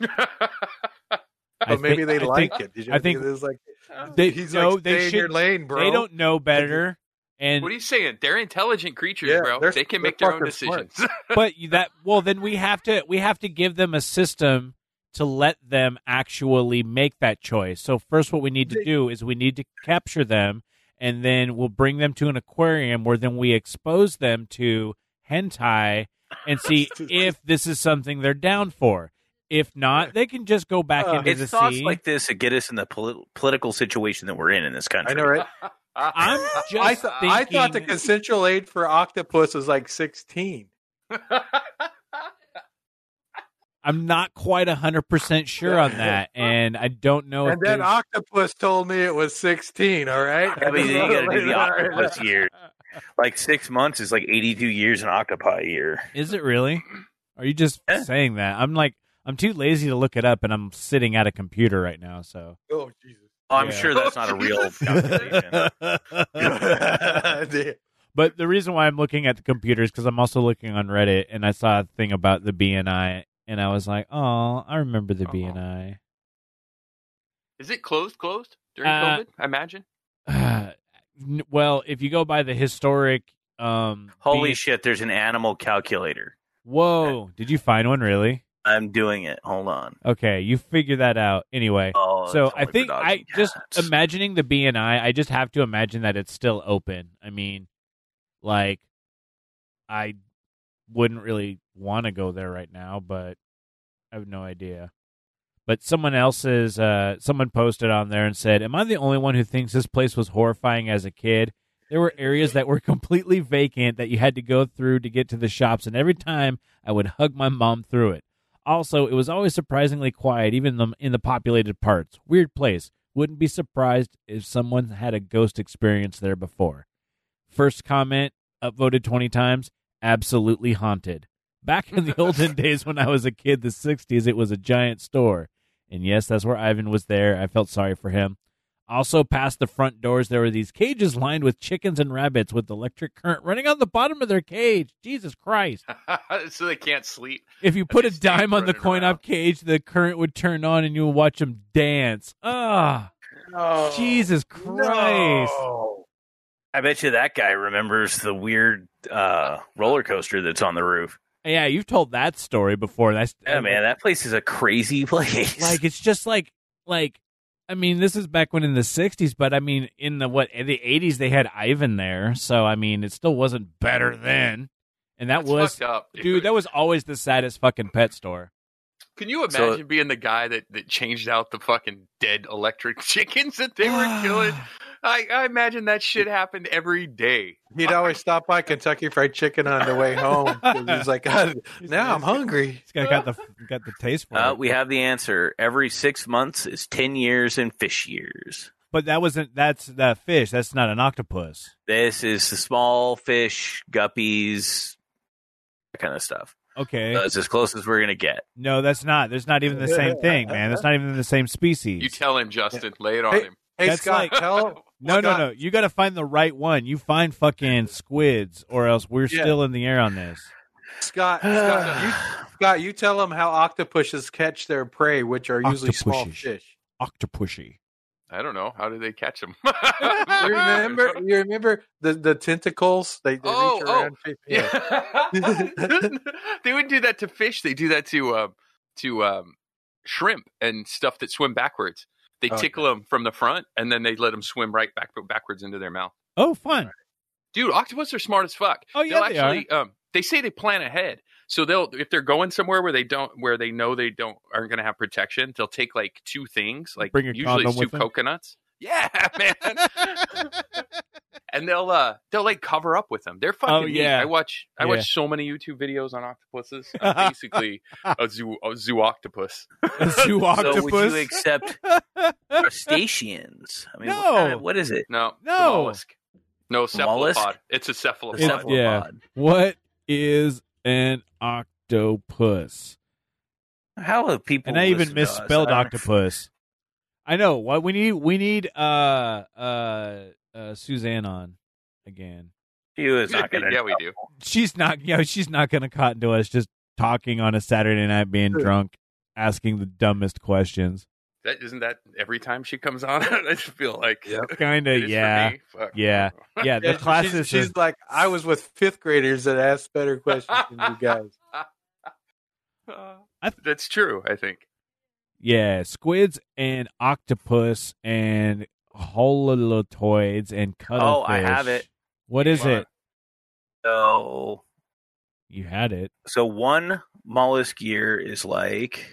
I
but Oh,
think-
maybe they
I
like
think
it. Did you
I think-
there's like
Oh.
They
he's
no,
like,
they
stay in your
should.
lane, bro.
They don't know better. And
What are you saying? They're intelligent creatures,
Yeah,
bro.
they're-
They can
they're
make their own
fucking smart.
decisions.
but you- that well then we have to we have to give them a system to let them actually make that choice so first what we need to do is we need to capture them and then we'll bring them to an aquarium where then we expose them to hentai and see if this is something they're down for if not they can just go back
Uh,
into
It's
the
thoughts
sea
like this that get us in the polit- political situation that we're in in this country.
I know, right?
i'm just
I, th- I thought the
thinking-
consensual age for octopus was like 16.
i'm not quite 100% sure on that and i don't know if
and then
there's-
octopus told me it was 16, all right?
Yeah, but then you gotta do the
All right.
octopus year. Like six months is like eighty-two years in octopi year.
Is it really? Are you just
Yeah.
saying that? I'm like, I'm too lazy to look it up, and I'm sitting at a computer right now. So
Oh, Jesus.
Oh, I'm
Yeah.
sure that's not a real calculation.
Damn.
But the reason why I'm looking at the computer is because I'm also looking on Reddit, and I saw a thing about the BNI, and I was like, oh, I remember the
Uh-huh.
Oh.
BNI.
Is it closed? Closed during
Uh,
COVID? I imagine.
N- well, if you go by the historic, um,
Holy
B-
shit! There's an animal calculator.
Whoa! Did you find one really?
I'm doing it. Hold on.
Okay, you figure that out anyway.
Oh, it's
so
only
I
for
think
dogs
I
and
just
cats.
imagining the BNI, I just have to imagine that it's still open. I mean, like I wouldn't really want to go there right now, but I have no idea. But someone else's uh someone posted on there and said, "Am I the only one who thinks this place was horrifying as a kid? There were areas that were completely vacant that you had to go through to get to the shops, and every time I would hug my mom through it. Also, it was always surprisingly quiet, even the, in the populated parts. Weird place. Wouldn't be surprised if someone had a ghost experience there before. First comment, upvoted 20 times, absolutely haunted. Back in the olden days when I was a kid, the 60s, it was a giant store. And yes, that's where Ivan was there. I felt sorry for him. Also, past the front doors, there were these cages lined with chickens and rabbits with electric current running on the bottom of their cage. Jesus Christ.
so they can't sleep.
If you put a
As they stand
dime on the
running
coin
around.
op cage, the current would turn on and you would watch them dance. Ah, Jesus Christ.
No.
I bet you that guy remembers the weird uh, roller coaster that's on the roof.
Yeah, you've told that story before. That's uh,
Yeah, man, that place is a crazy place.
Like it's just like like I mean, this is back when in the 60s, but I mean in the what in the 80s they had Ivan there, so I mean it still wasn't better then. And that
That's
was
fucked up,
dude, that was always the saddest fucking pet store.
Can you
So-
imagine being the guy that, that changed out the fucking dead electric chickens that they were killing? I, I imagine that shit happened every day.
He'd always stop by Kentucky Fried Chicken on the way home. 'cause He's like, "God, now I'm hungry.
He's got, got the got the taste for
uh,
it.
we have the answer. Every six months is ten years and fish years.
But that wasn't that's that fish. That's not an octopus.
This is the small fish, guppies, that kind of stuff.
Okay.
That's as close as we're gonna get.
No, that's not. There's not even the same thing, man. That's not even the same species.
You tell him, Justin. Lay it on
Hey,
him.
Hey,
That's
Scott,
like-
tell
no, no, no. You got to find the right one. You find fucking squids, or else we're
Yeah.
still in the air on this.
Scott, Scott, you, Scott, you tell him how octopuses catch their prey, which are usually small
Octopuses.
fish.
Octopushy.
I don't know. How do they catch him?
You remember? You remember the, the tentacles? They, they
Oh,
reach
oh,
around. Yeah.
Yeah. they would do that to fish. They do that to um, to um, shrimp and stuff that swim backwards. They
Oh,
tickle them from the front and then they let them swim right back backwards into their mouth.
Oh, fun.
Dude, octopus are smart as fuck.
Oh, yeah,
they'll
they
actually, Um, they say they plan ahead, so they'll if they're going somewhere where they don't where they know they don't aren't going to have protection, they'll take like two things, like
Bring a
usually
condom
it's two
with them?
coconuts. Yeah, man. and they'll uh they'll like cover up with them. They're fucking
Oh,
neat.
yeah.
I watch I
Yeah.
watch so many YouTube videos on octopuses. I'm basically a zoo a zoo octopus.
A zoo
So would
octopus.
you accept crustaceans? I mean, what,
No.
kind of- what is it?
No, it's a
No.
mollusk. No cephalopod.
Mollusk?
It's a
The
cephalopod.
It's-
cephalopod.
what is an octopus?
How have people?
And I even
listen to us?
misspelled
I don't-
octopus. I know. What we need? We need uh uh uh Suzanne on again.
She was not gonna.
yeah, we do.
she's not you know, she's not gonna cotton to us just talking on a Saturday night being
Sure.
drunk, asking the dumbest questions.
That isn't that every time she comes on. I just feel like
Yep.
Kinda
it is for
yeah.
me. Fuck.
Yeah. Yeah, the
Yeah,
classes
she's,
is
she's like, I was with fifth graders that asked better questions than you guys.
Uh,
I th-
That's true. I think.
yeah, squids and octopus and hololotoids and
Oh,
cuttlefish.
I have it.
What is
Wow.
it?
So,
You had it.
so one mollusk year is like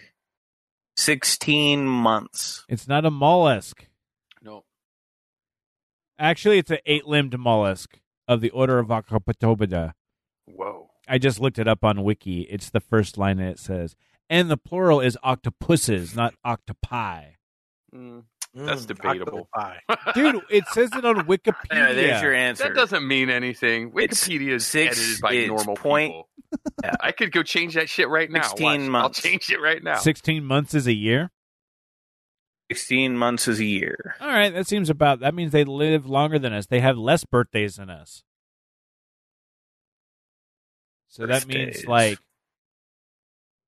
sixteen months.
It's not a mollusk.
No.
Actually it's an eight limbed mollusk of the order of Octopodobida.
Whoa.
I just looked it up on Wiki. It's the first line that it says. And the plural is octopuses, not octopi.
Mm. That's
Mm,
debatable.
octopi.
Dude, it says it on Wikipedia.
Anyway, there's your answer.
That doesn't mean anything.
It's
Wikipedia is
six-
edited by
it's
normal
point-
people.
Yeah.
I could go change that shit right now.
16
Watch.
months.
I'll change it right now.
16 months is a year?
Sixteen months is a year.
All right, that seems about. That means they live longer than us. They have less birthdays than us. So that means
Birthdays.
like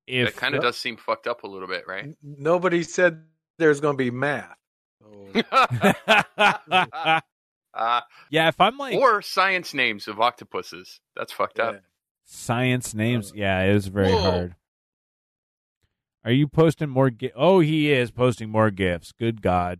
That
if
kind of does seem fucked up a little bit, right?
N- Nobody said there's going to be math. So-
uh,
Yeah, if I'm like
or science names of octopuses. That's fucked up.
Yeah.
science names, yeah, it was very
Whoa.
hard. Are you posting more? Gi- oh, he is posting more gifts. Good God!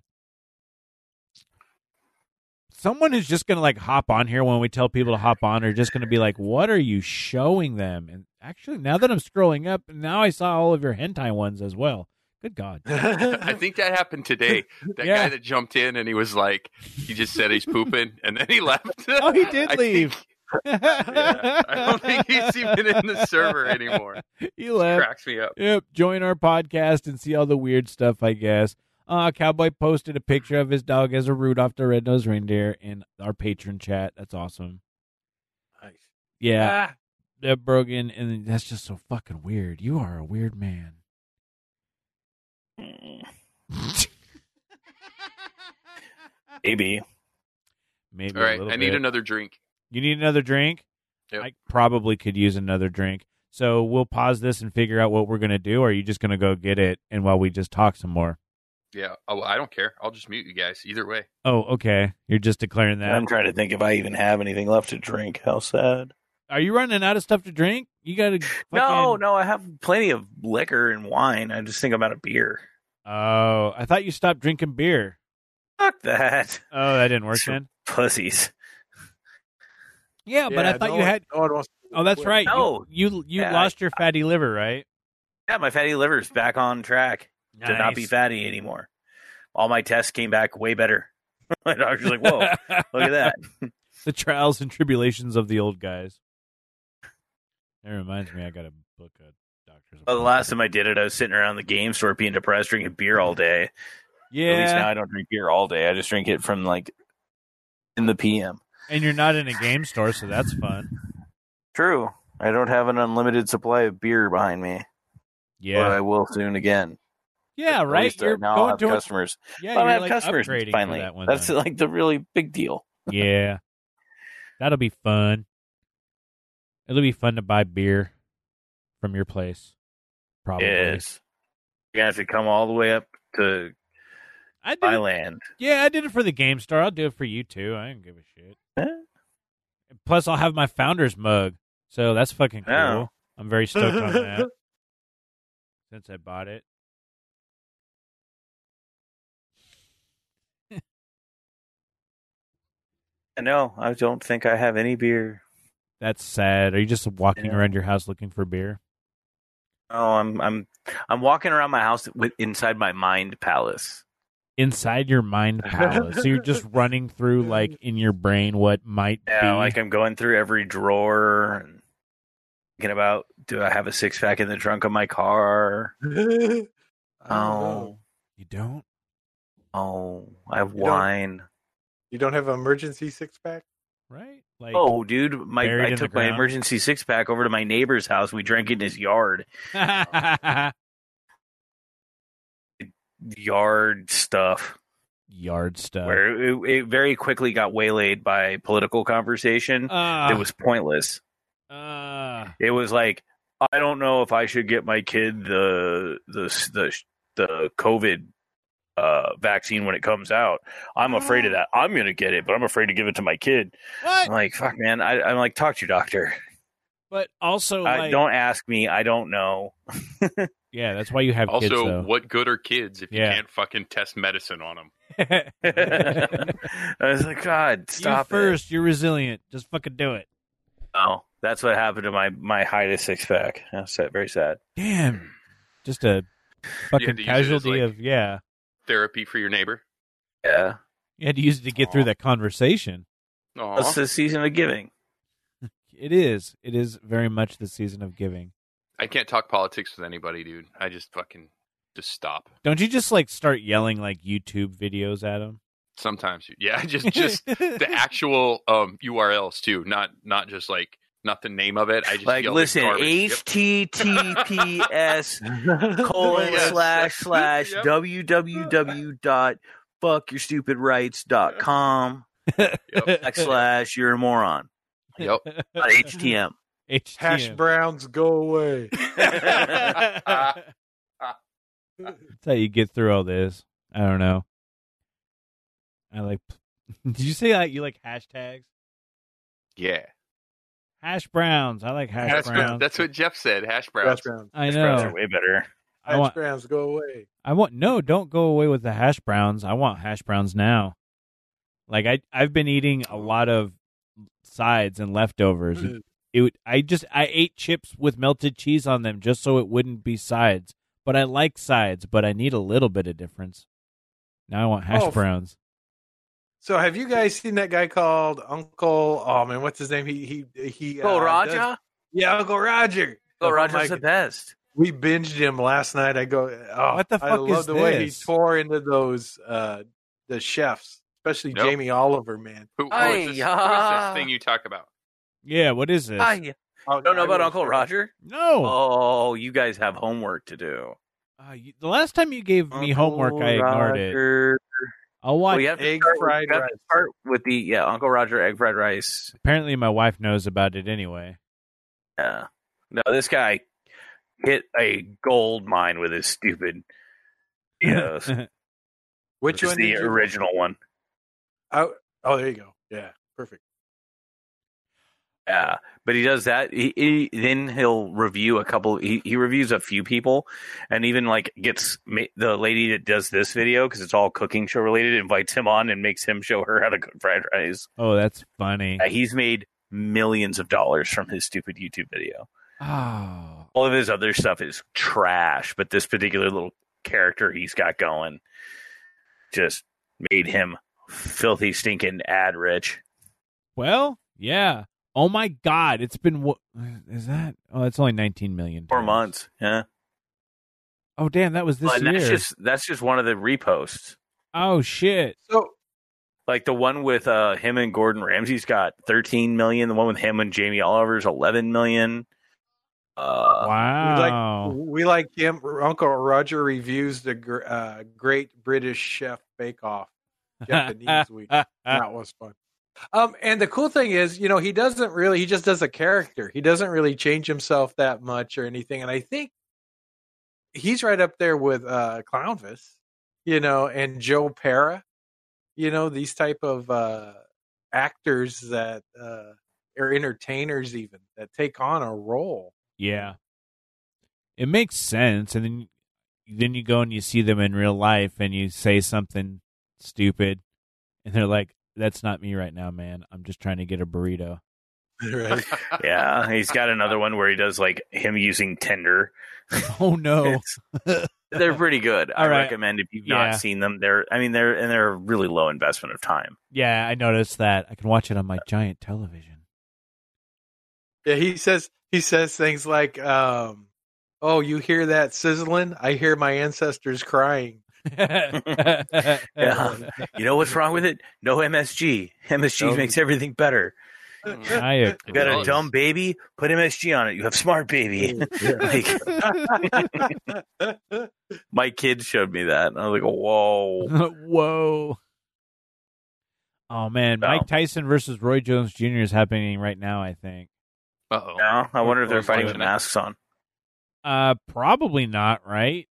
Someone is just gonna like hop on here when we tell people to hop on. Are just gonna be like, "What are you showing them?" And actually, now that I'm scrolling up, now I saw all of your hentai ones as well. Good God!
I think that happened today. That
Yeah.
guy that jumped in and he was like, he just said he's pooping and then he left.
Oh, he did
I think-
leave.
yeah, I don't think he's even in the server anymore.
He left.
Cracks me up.
Yep, join our podcast and see all the weird stuff, I guess. Uh, Cowboy posted a picture of his dog as a Rudolph the Red-Nosed Reindeer in our patron chat. That's awesome.
Nice.
Yeah, that broken, and that's just so fucking weird. You are a weird man.
Maybe.
Maybe
All right,
a
I need
another.
another drink.
You need another drink?
Yep.
I probably could use another drink. So we'll pause this and figure out what we're going to do. Or are you just going to go get it and while we just talk some more?
Yeah, oh, I don't care. I'll just mute you guys either way.
Oh, okay. You're just declaring that.
I'm trying to think if I even have anything left to drink. How sad.
Are you running out of stuff to drink? You got to.
No, no, I have plenty of liquor and wine. I just think I'm out of beer.
Oh, I thought you stopped drinking beer.
Fuck that.
Oh, that didn't work
Sure.
then.
Pussies.
Yeah, but I
Yeah,
thought
no
you
one-
had.
no one wants to-
Oh, that's right.
No.
you you, you
Yeah,
lost your fatty liver, right?
Yeah, my fatty liver's back on track to not be
Nice.
fatty anymore. All my tests came back way better. my doctor's like, whoa, look at that.
the trials and tribulations of the old guys. That reminds me, I got to book a doctor's.
Well, the
appointment.
last time I did it, I was sitting around the game store being depressed, drinking beer all day. At least now
yeah,
I don't drink beer all day. I just drink it from like in the PM.
and you're not in a game store, so that's fun.
True. I don't have an unlimited supply of beer behind me,
Yeah,
but I will soon again.
yeah,
At
right.
least, uh,
You're
now I'll
going
have
to a,
customers.
yeah,
Well, I
you're
have
like
customers
upgrading for
finally.
that one.
That's
then.
like the really big deal.
yeah, that'll be fun. It'll be fun to buy beer from your place. Probably.
Yes. You have to come all the way up to
I did. It,
Thailand.
yeah, I did it for the Game Star. I'll do it for you too. I don't give a shit.
Eh?
Plus, I'll have my founder's mug, so that's fucking cool.
Yeah.
I'm very stoked on that since I bought it.
No, I don't think I have any beer.
That's sad. Are you just walking
Yeah.
around your house looking for beer?
Oh, I'm I'm I'm walking around my house with, inside my mind palace.
Inside your mind palace. so you're just running through like in your brain what might
Yeah,
be
like I'm going through every drawer and thinking about do I have a six pack in the trunk of my car?
I don't know.
Oh,
you don't?
oh, I have
You don't-
wine.
You don't have an emergency six pack?
Right? Like
Oh, dude, my
buried in
I
the
took my
ground?
emergency six pack over to my neighbor's house. We drank in his yard. Yard stuff.
yard stuff.
where it, it very quickly got waylaid by political conversation.
Ah,
it was pointless.
ah.
It was like I don't know if I should get my kid the the the the COVID uh, vaccine when it comes out. I'm afraid
Oh.
of that. I'm gonna get it, but I'm afraid to give it to my kid. I'm
what?
like, fuck, man. I, I'm like, talk to your doctor.
But also
I,
like
don't ask me. I don't know.
Yeah, that's why you have kids
Also,
though.
what good are kids if
Yeah.
you can't fucking test medicine on them?
I was like, God,
you
stop it.
first, you're resilient. Just fucking do it.
Oh, that's what happened to my my height of six pack. That's sad- very sad.
Damn. Just a fucking
to use it as,
casualty
like-
of yeah.
Therapy for your neighbor.
Yeah.
You had to use it to get through
Aw.
that conversation.
Aw.
That's the season of giving.
It is. It is very much the season of giving.
I can't talk politics with anybody, dude. I just fucking just stop.
Don't you just like start yelling like YouTube videos at them?
Sometimes, yeah, just just the actual um URLs too, not not just like not the name of it. I just
Like,
yell the
listen,
garbage. Yep.
HTTPS colon
Yes.
slash slash
Yep.
www dot fuck your stupid rights dot com backslash you're a moron.
Yep.
Not HTM.
HTM.
Hash browns go away.
That's how you get through all this. I don't know. I like. Did you say like you like hashtags?
Yeah,
Hash browns. I like hash
that's what,
browns.
that's what Jeff said. Hash browns.
Hash browns.
I
Those browns are
know.
way better.
I
Hash
want-
browns go away.
I want no, don't go away with the hash browns. I want hash browns now. Like I I've been eating a lot of sides and leftovers.
Mm.
It, it would- I just I ate chips with melted cheese on them just so it wouldn't be sides. But I like sides, but I need a little bit of difference. Now I want hash
Oh, f-
browns.
So have you guys seen that guy called Uncle? Oh man, what's his name? He he he.
Go
uh, does-
Raja.
Yeah, Uncle Roger.
Go
Oh,
Raja's
my
the
God.
best.
We binged him last night. I go. Oh,
What the
I
fuck
love
is
the way he
this?
tore into those uh the chefs, especially
Nope.
Jamie Oliver. Man,
Who, who is this, who is
Hi-ya.
this thing you talk about?
Yeah, what is this?
I
I
don't know about Uncle Roger.
no.
Oh, you guys have homework to do.
Uh, you, the last time you gave me homework, I ignored it.
Roger. Oh,
I'll watch.
Well, you have to
Egg
start with-
fried
you have to
rice.
Start with the yeah, Uncle Roger egg fried rice.
Apparently, my wife knows about it anyway.
Yeah. No, this guy hit a gold mine with his stupid. Yeah,
Which one?
the
did you-
original one.
Oh, oh, there you go. Yeah, perfect.
Yeah, but he does that. He, he then he'll review a couple. He, he reviews a few people, and even like gets ma- the lady that does this video because it's all cooking show related. Invites him on and makes him show her how to cook fried rice.
Oh, that's funny.
Yeah, he's made millions of dollars from his stupid YouTube video.
Oh,
All of his other stuff is trash, but this particular little character he's got going just made him filthy, stinking ad rich.
well, yeah. Oh my God, it's been what is that? Oh, it's only nineteen million.
Four
dollars.
months, yeah.
Oh damn, that was this
and
year.
that's just that's just one of the reposts.
Oh shit.
So
Like the one with uh, him and Gordon Ramsay's got 13 million. The one with him and Jamie Oliver's 11 million. Uh,
wow.
we like him. Uncle Roger reviews the gr- uh, Great British Chef Bake Off Japanese week. that was fun. Um, and the cool thing is, you know, he doesn't really, he just does a character. He doesn't really change himself that much or anything. And I think he's right up there with uh Clownvis, you know, and Joe Para, you know, these type of uh actors that uh are entertainers even that take on a role.
yeah. It makes sense, and then then you go and you see them in real life, and you say something stupid, and they're like, "That's not me right now, man. I'm just trying to get a burrito."
Right.
yeah, he's got another one where he does like him using Tinder.
Oh no.
It's- they're pretty good. I
All right.
recommend if you've
Yeah.
not seen them. They're, I mean, they're and they're a really low investment of time.
yeah, I noticed that. I can watch it on my giant television.
Yeah, he says he says things like, um, "Oh, you hear that sizzling? I hear my ancestors crying."
I
You know what's wrong with it? No MSG. MSG
No.
makes everything better.
Mm.
You got a
Nice.
dumb baby, put MSG on it. You have smart baby. like, my kid showed me that, and I was like, "Whoa!"
Whoa. Oh man,
So-
Mike Tyson versus Roy Jones Jr. is happening right now. I think.
Uh-oh.
No, I wonder if they're
Who's
fighting with
watching it?
masks on.
Uh, probably not. Right?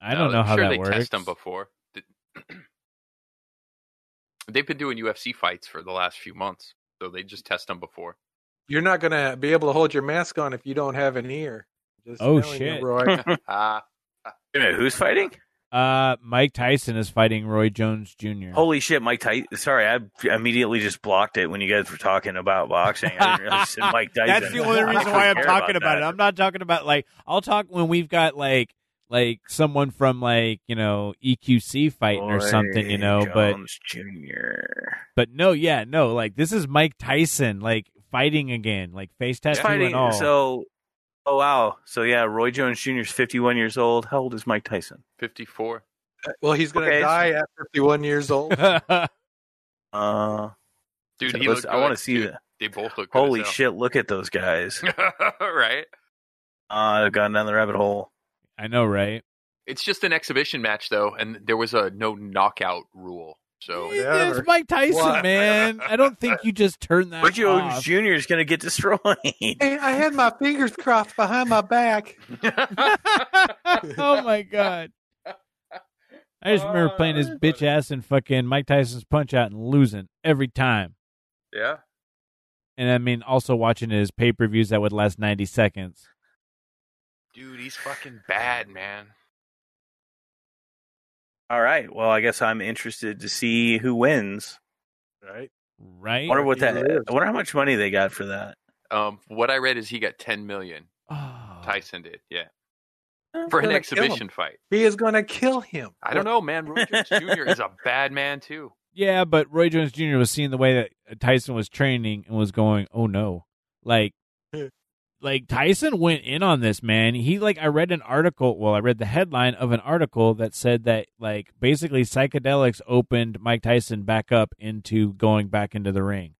I don't
No,
know
I'm
how
sure
that
they
works.
test them before. Did- They've been doing UFC fights for the last few months, so they just test them before.
You're not gonna be able to hold your mask on if you don't have an ear. Just
Oh,
telling
shit.
You, Roy.
Ah,
Wait a minute, who's fighting?
Uh, Mike Tyson is fighting Roy Jones Jr.
Holy shit, Mike Tyson! Sorry, I immediately just blocked it when you guys were talking about boxing. I didn't realize you said Mike Tyson.
That's the only
I
reason
don't
why I'm
care
talking about, it.
that.
I'm not talking about like I'll talk when we've got like like someone from like you know EQC fighting or something, you know.
Roy
But
Jones Jr.
But no, yeah, no, like this is Mike Tyson like fighting again, like face tattoo and all.
So, oh wow. So yeah, Roy Jones Jr. is 51 years old. How old is Mike Tyson?
54.
Well, he's gonna
Okay.
die at 51 years old.
Uh,
Dude, he
let's-
looked
I want to
good,
see
dude.
that.
They both look good as
Holy
hell.
shit! Look at those guys.
right?
Uh, I've gone down the rabbit hole.
I know, right?
It's just an exhibition match, though, and there was a no knockout rule. So
Yeah.
Yeah, it's Mike Tyson,
What?
man. I don't think you just turn that
Roy Jones
off.
Jr. is gonna get destroyed.
hey, I had my fingers crossed behind my back.
oh my god. I just remember playing his bitch ass and fucking Mike Tyson's punch out and losing every time.
yeah,
And I mean also watching his pay per views that would last ninety seconds.
Dude, he's fucking bad, man.
All right. Well, I guess I'm interested to see who wins.
right?
I
right?
wonder what
he
that.
lives.
I wonder how much money they got for that.
Um, what I read is he got 10 million.
Oh.
Tyson did, yeah, for an
Gonna kill him.
exhibition fight.
He is going to kill him.
I don't know, man. Roy Jones Jr. is a bad man too.
Yeah, but Roy Jones Jr. was seeing the way that uh, Tyson was training and was going, "Oh no!" Like, like Tyson went in on this man. He like I read an article. Well, I read the headline of an article that said that like basically psychedelics opened Mike Tyson back up into going back into the ring.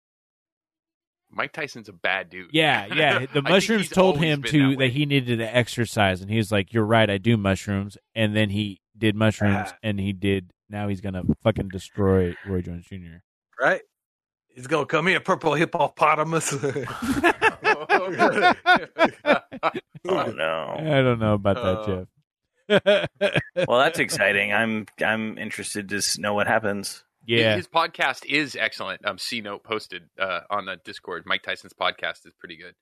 Mike Tyson's a bad dude.
Yeah,
I
yeah.
think
The
he's
mushrooms told
always
him
been
to
that
that,
way.
he needed to exercise, and he was like, "You're right, I do mushrooms." And then he did mushrooms,
Ah.
and he did. Now he's gonna fucking destroy Roy Jones Jr.
Right? He's going to come here, purple hippopotamus.
Oh no.
I don't know about
Uh,
that, Jeff.
Well, that's exciting. I'm I'm interested to s- know what happens.
yeah,
His podcast is excellent. Um, C Note posted uh, on the Discord. Mike Tyson's podcast is pretty good.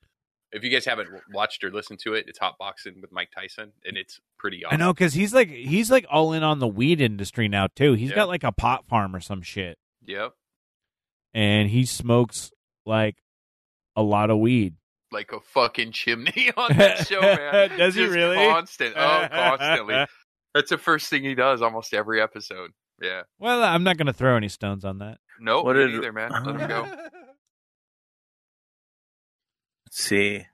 If you guys haven't watched or listened to it, it's Hot Boxing with Mike Tyson, and it's pretty
I
awesome.
know because he's like he's like all in on the weed industry now too. He's
Yeah.
got like a pot farm or some shit,
Yep.
and he smokes like a lot of weed.
Like a fucking chimney on that show, man.
Does he
Just
really?
Constant. Oh, constantly. That's the first thing he does almost every episode. Yeah.
well, I'm not gonna throw any stones on that.
Nope.
What
me
did-
neither, man. Let him go.
Let's see.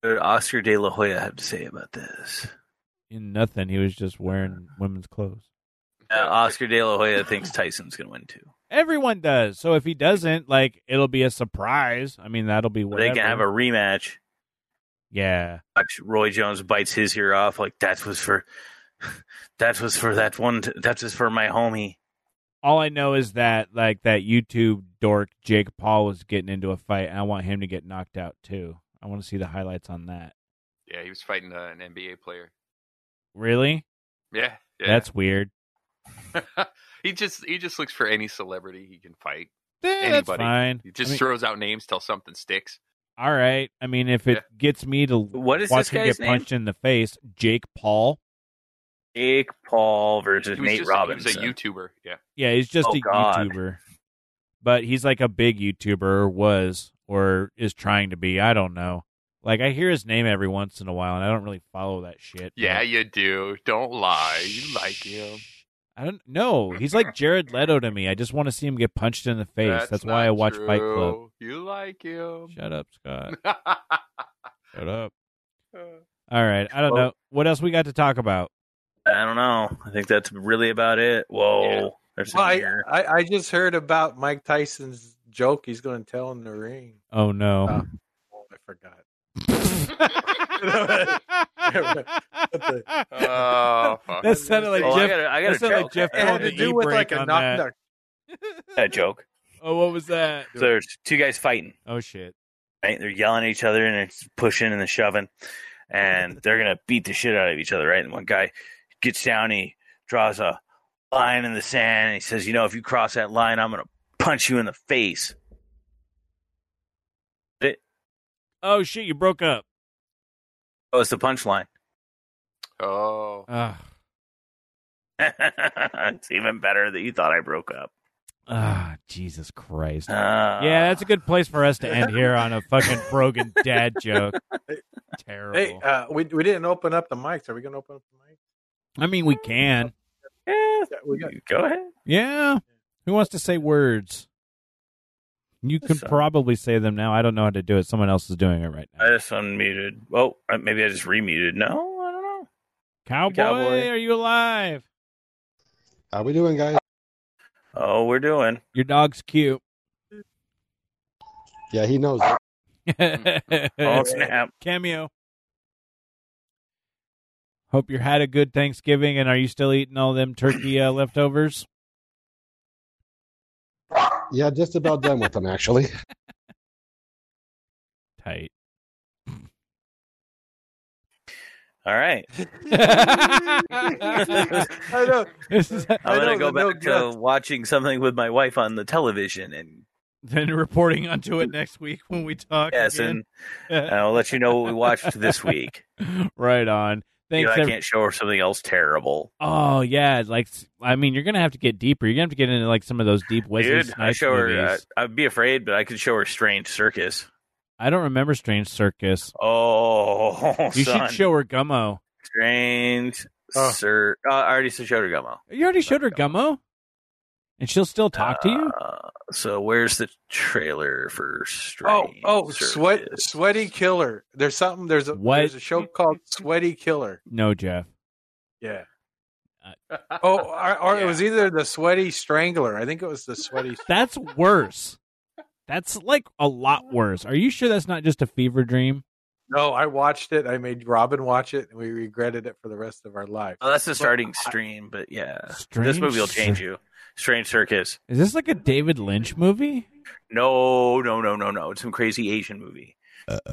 What did Oscar De La Hoya have to say about this? Uh,
In nothing, he was just wearing women's clothes.
Uh, Oscar De La Hoya thinks Tyson's going to win too.
Everyone does. So if he doesn't, like, it'll be a surprise. I mean, that'll be
But
whatever.
They can have a rematch.
yeah.
Watch Roy Jones bites his ear off. Like that was for, that was for that one. T- that was for my homie.
all I know is that like that YouTube dork Jake Paul was getting into a fight, and I want him to get knocked out too. I want to see the highlights on that.
Yeah, he was fighting uh, an NBA player.
Really?
Yeah. yeah.
That's weird.
he just he just looks for any celebrity he can fight.
Eh, that's
Anybody.
fine.
He just
I mean,
throws out names till something sticks.
all right. I mean, if it
Yeah.
gets me to
What is
watch
this
him
guy's
get
name?
punched in the face, Jake Paul.
Jake Paul versus
He
Nate
was just a- he was
Robbins.
a YouTuber. Yeah.
Yeah, he's just
Oh,
a
God.
YouTuber, but he's like a big YouTuber, or was or is trying to be. I don't know. Like I hear his name every once in a while, and I don't really follow that shit. but-
Yeah, you do. Don't lie. You like him.
I don't know. He's like Jared Leto to me. I just want to see him get punched in the face. That's, why
not
I watch Fight Club.
true. You like him.
Shut up, Scott. Shut up.
All
All right. I don't
Well-
know. What else we got to talk about?
I don't know. I think that's really about it. Whoa.
Yeah.
There's
Well,
an
I,
ear.
I, I just heard about Mike Tyson's joke he's going to tell in the ring.
Oh no.
Uh, Oh, I forgot.
Oh, fuck.
that sounded like
Oh, I
Jeff.
gotta, I
that
gotta
sounded
joke.
like Jeff
I
It
had
had
called
a-
to
the
do with
e-brake
like a
on
knock
that.
knock.
I had a joke.
oh, what was that?
Uh. So there's two guys fighting.
Oh shit.
Right? They're yelling at each other and they're pushing and they're shoving, and they're gonna beat the shit out of each other. Right? And one guy gets down. He draws a line in the sand. And he says, "You know, if you cross that line, I'm gonna punch you in the face."
Oh shit. You broke up.
Oh, it's the punchline.
Oh.
Ugh.
it's even better that you thought I broke up.
Ah, Jesus Christ.
Uh,
yeah, that's a good place for us to end here on a fucking broken dad joke. Terrible.
Hey, uh, we we didn't open up the mics. Are we going to open up the
I mean, we can.
yeah,
mics? Yeah, we got-
go ahead.
Yeah. Who wants to say words? You can
So-
probably say them now. I don't know how to do it. Someone else is doing it right now.
I just unmuted. Oh, uh, maybe I just remuted. No, I don't know.
Cowboy,
Cowboy.
are you alive?
How we doing, guys?
Oh, we're doing.
Your dog's cute.
Yeah, he knows.
Oh snap!
Cameo. Hope you had a good Thanksgiving, and are you still eating all them turkey uh, leftovers?
Yeah, just about done with them, actually.
Tight.
All right,
I know.
This is-
I'm
I
gonna
know
go
the no
back to
guts.
watching something with my wife on the television and
Then reporting onto it next week when we talk.
Yes,
again.
and I'll let you know what we watched this week.
right on.
You
Thanks.
know, I
ev-
can't show her something else terrible.
oh yeah, like s- I mean, you're gonna have to get deeper. You're gonna have to get into like some of those deep Wesley
Dude, I
Snipes
show her.
movies.
Uh, I'd be afraid, but I could show her Strange Circus.
I don't remember Strange Circus.
Oh,
You
son.
should show her Gummo.
Strange
Oh.
Sir. Uh, I already showed her Gummo.
You already showed her Gummo, and she'll still talk to you.
Uh, so where's the trailer for
Oh,
Strange?
oh, sweat,
Circus?
sweaty killer. There's something. There's a
What?
there's a show called Sweaty Killer.
No, Jeff.
Yeah.
Uh,
Oh, or, or it was either the Sweaty Strangler. I think it was the Sweaty.
That's worse. That's like a lot worse. Are you sure that's not just a fever dream?
No, I watched it. I made Robin watch it, and we regretted it for the rest of our lives.
Well, Oh, that's the starting stream, but yeah,
Strange
this movie will change
Cir-
you. Strange Circus.
Is this like a David Lynch movie?
No, no, no, no, no. It's some crazy Asian movie.
All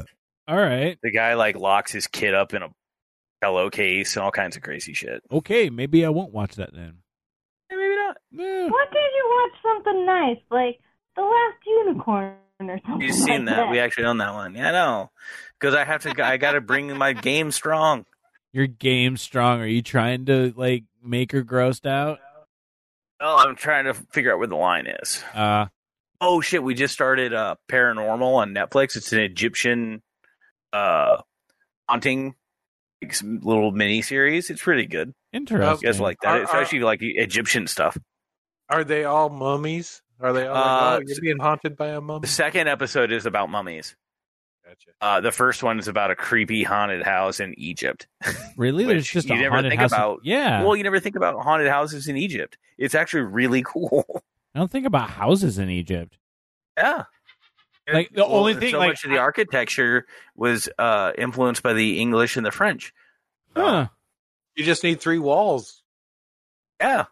right.
The guy like locks his kid up in a pillow case and all kinds of crazy shit.
Okay, maybe I won't watch that then.
Eh, Maybe not.
Eh.
What did you watch something nice like The Last Unicorn or something?
You've seen
like
that. We actually own that one. Yeah, I know. Because I have to. I got to bring my game strong.
Your game strong. Are you trying to like make her grossed out?
Oh, I'm trying to figure out where the line is.
Uh
Oh shit! We just started uh, Paranormal on Netflix. It's an Egyptian uh, haunting like, some little mini series. It's really good. You
interesting.
guys like that?
Are-
it's
are-
actually like Egyptian stuff.
Are they all mummies? Are they all?
Uh,
like, oh, you're being haunted by a mummy.
The second episode is about mummies.
Gotcha.
Uh, the first one is about a creepy haunted house in Egypt.
really?
which
There's just
you
a
never
haunted
think
house.
about.
yeah.
Well, you never think about haunted houses in Egypt. It's actually really cool.
I don't think about houses in Egypt.
yeah.
Like, the only
and
thing,
so
like-
much of the architecture was uh, influenced by the English and the French.
Huh.
You just need three walls.
Yeah,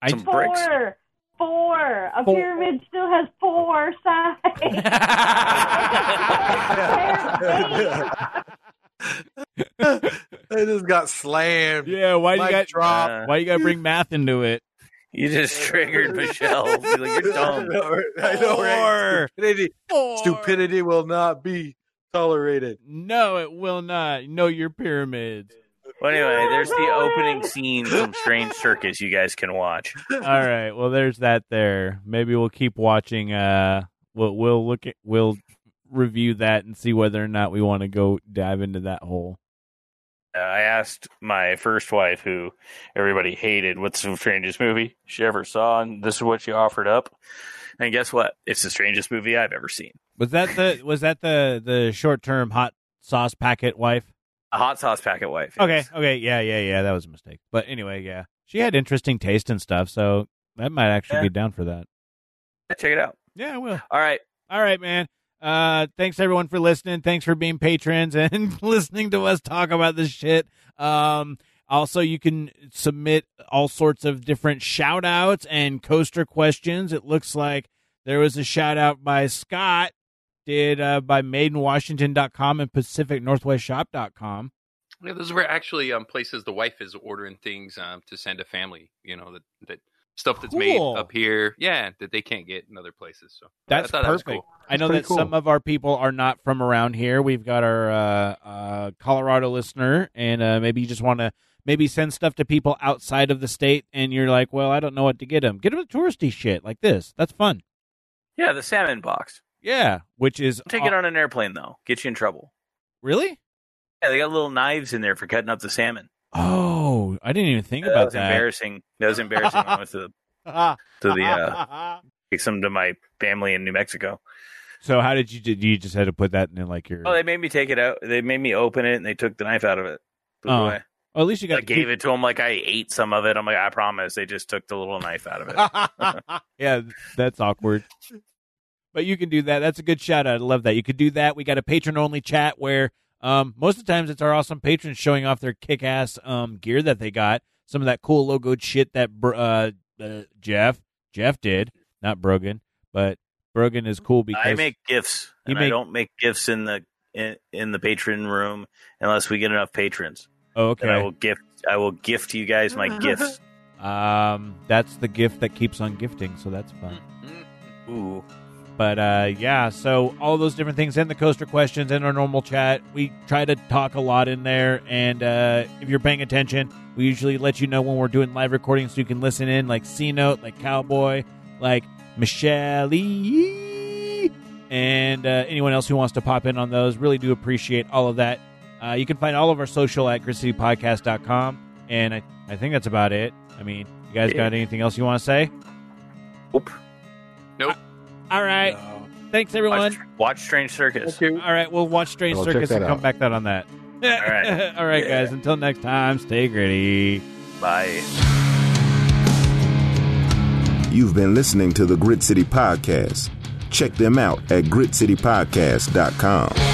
I-
some
four,
bricks.
four. A
Four.
pyramid still has four sides.
They just got slammed.
yeah, why do you
Mic
got
drop.
Uh,
why you gotta bring math into it?
You just triggered Michelle. You're like, you're dumb.
I know, right?
Four.
Stupidity, stupidity will not be tolerated.
No, it will not. No, your pyramids.
Well, anyway, there's the opening scene from Strange Circus you guys can watch.
All right. Well, there's that there. Maybe we'll keep watching uh we'll, we'll look at we'll review that and see whether or not we want to go dive into that hole.
Uh, I asked my first wife, who everybody hated, what's the strangest movie she ever saw, and this is what she offered up. And guess what? It's the strangest movie I've ever seen.
Was that the was that the the short term hot sauce packet wife?
A hot sauce packet wife.
Okay, okay, yeah, yeah, yeah. That was a mistake. But anyway, yeah. She had interesting taste and stuff, so that might actually
Yeah.
be down for that.
Check it out.
Yeah, I will.
All right.
All right, man. Uh, thanks everyone for listening. Thanks for being patrons and listening to us talk about this shit. Um, also, you can submit all sorts of different shout outs and coaster questions. It looks like there was a shout out by Scott, did uh, by maidenwashington.com and pacificnorthwestshop.com.
Yeah, those were actually um, places the wife is ordering things um, to send a family. You know that that stuff that's made
Cool.
up here. Yeah, that they can't get in other places. So
That's
I thought
perfect.
that was cool.
I know
pretty
that
cool.
some of our people are not from around here. We've got our uh, uh, Colorado listener, and uh, maybe you just want to maybe send stuff to people outside of the state, and you're like, well, I don't know what to get them. Get them the touristy shit like this. That's fun.
Yeah, the salmon box.
Yeah, which is
Don't Take it on an airplane, though. Get you in trouble.
really.
Yeah, they got little knives in there for cutting up the salmon.
Oh, I didn't even think
That
about
was embarrassing. That was embarrassing when I went to the,
that.
to the uh, take some to my family in New Mexico.
so how did you did you just had to put that in like your?
Oh, they made me take it out. They made me open it, and they took the knife out of it. Put it
Oh,
away.
Oh, at least you got
I
to
gave it to him like I ate some of it. I'm like, I promise. They just took the little knife out of
Ah,
it.
yeah, that's awkward. But you can do that. That's a good shout out. I love that. You could do that. We got a patron only chat where um, most of the times it's our awesome patrons showing off their kick ass um, gear that they got. Some of that cool logoed shit that Br- uh, uh, Jeff Jeff did, not Brogan, but Brogan is cool because
I make gifts,
You
and I
make-
don't make gifts in the in, in the patron room unless we get enough patrons.
oh,
And I
okay.
will gift. I will gift you guys my gifts.
Um, that's the gift that keeps on gifting, so that's fun.
Mm, mm.
Ooh.
But uh, yeah, so all those different things and the coaster questions and our normal chat. We try to talk a lot in there. And uh, if you're paying attention, we usually let you know when we're doing live recordings so you can listen in, like C Note, like Cowboy, like Michelle and uh, anyone else who wants to pop in on those. Really do appreciate all of that. Uh, you can find all of our social at gritcitypodcast.com. And I, I think that's about it. I mean, you guys got anything else you want to say?
Nope.
Nope.
All right.
No.
Thanks, everyone.
Watch, watch Strange Circus.
Thank you.
All right, we'll watch Strange
Well, check
Circus
that
and come
out.
back that on that. All
right.
All right, guys. Until next time, stay gritty.
Bye.
You've been listening to the Grit City Podcast. Check them out at gritcitypodcast.com.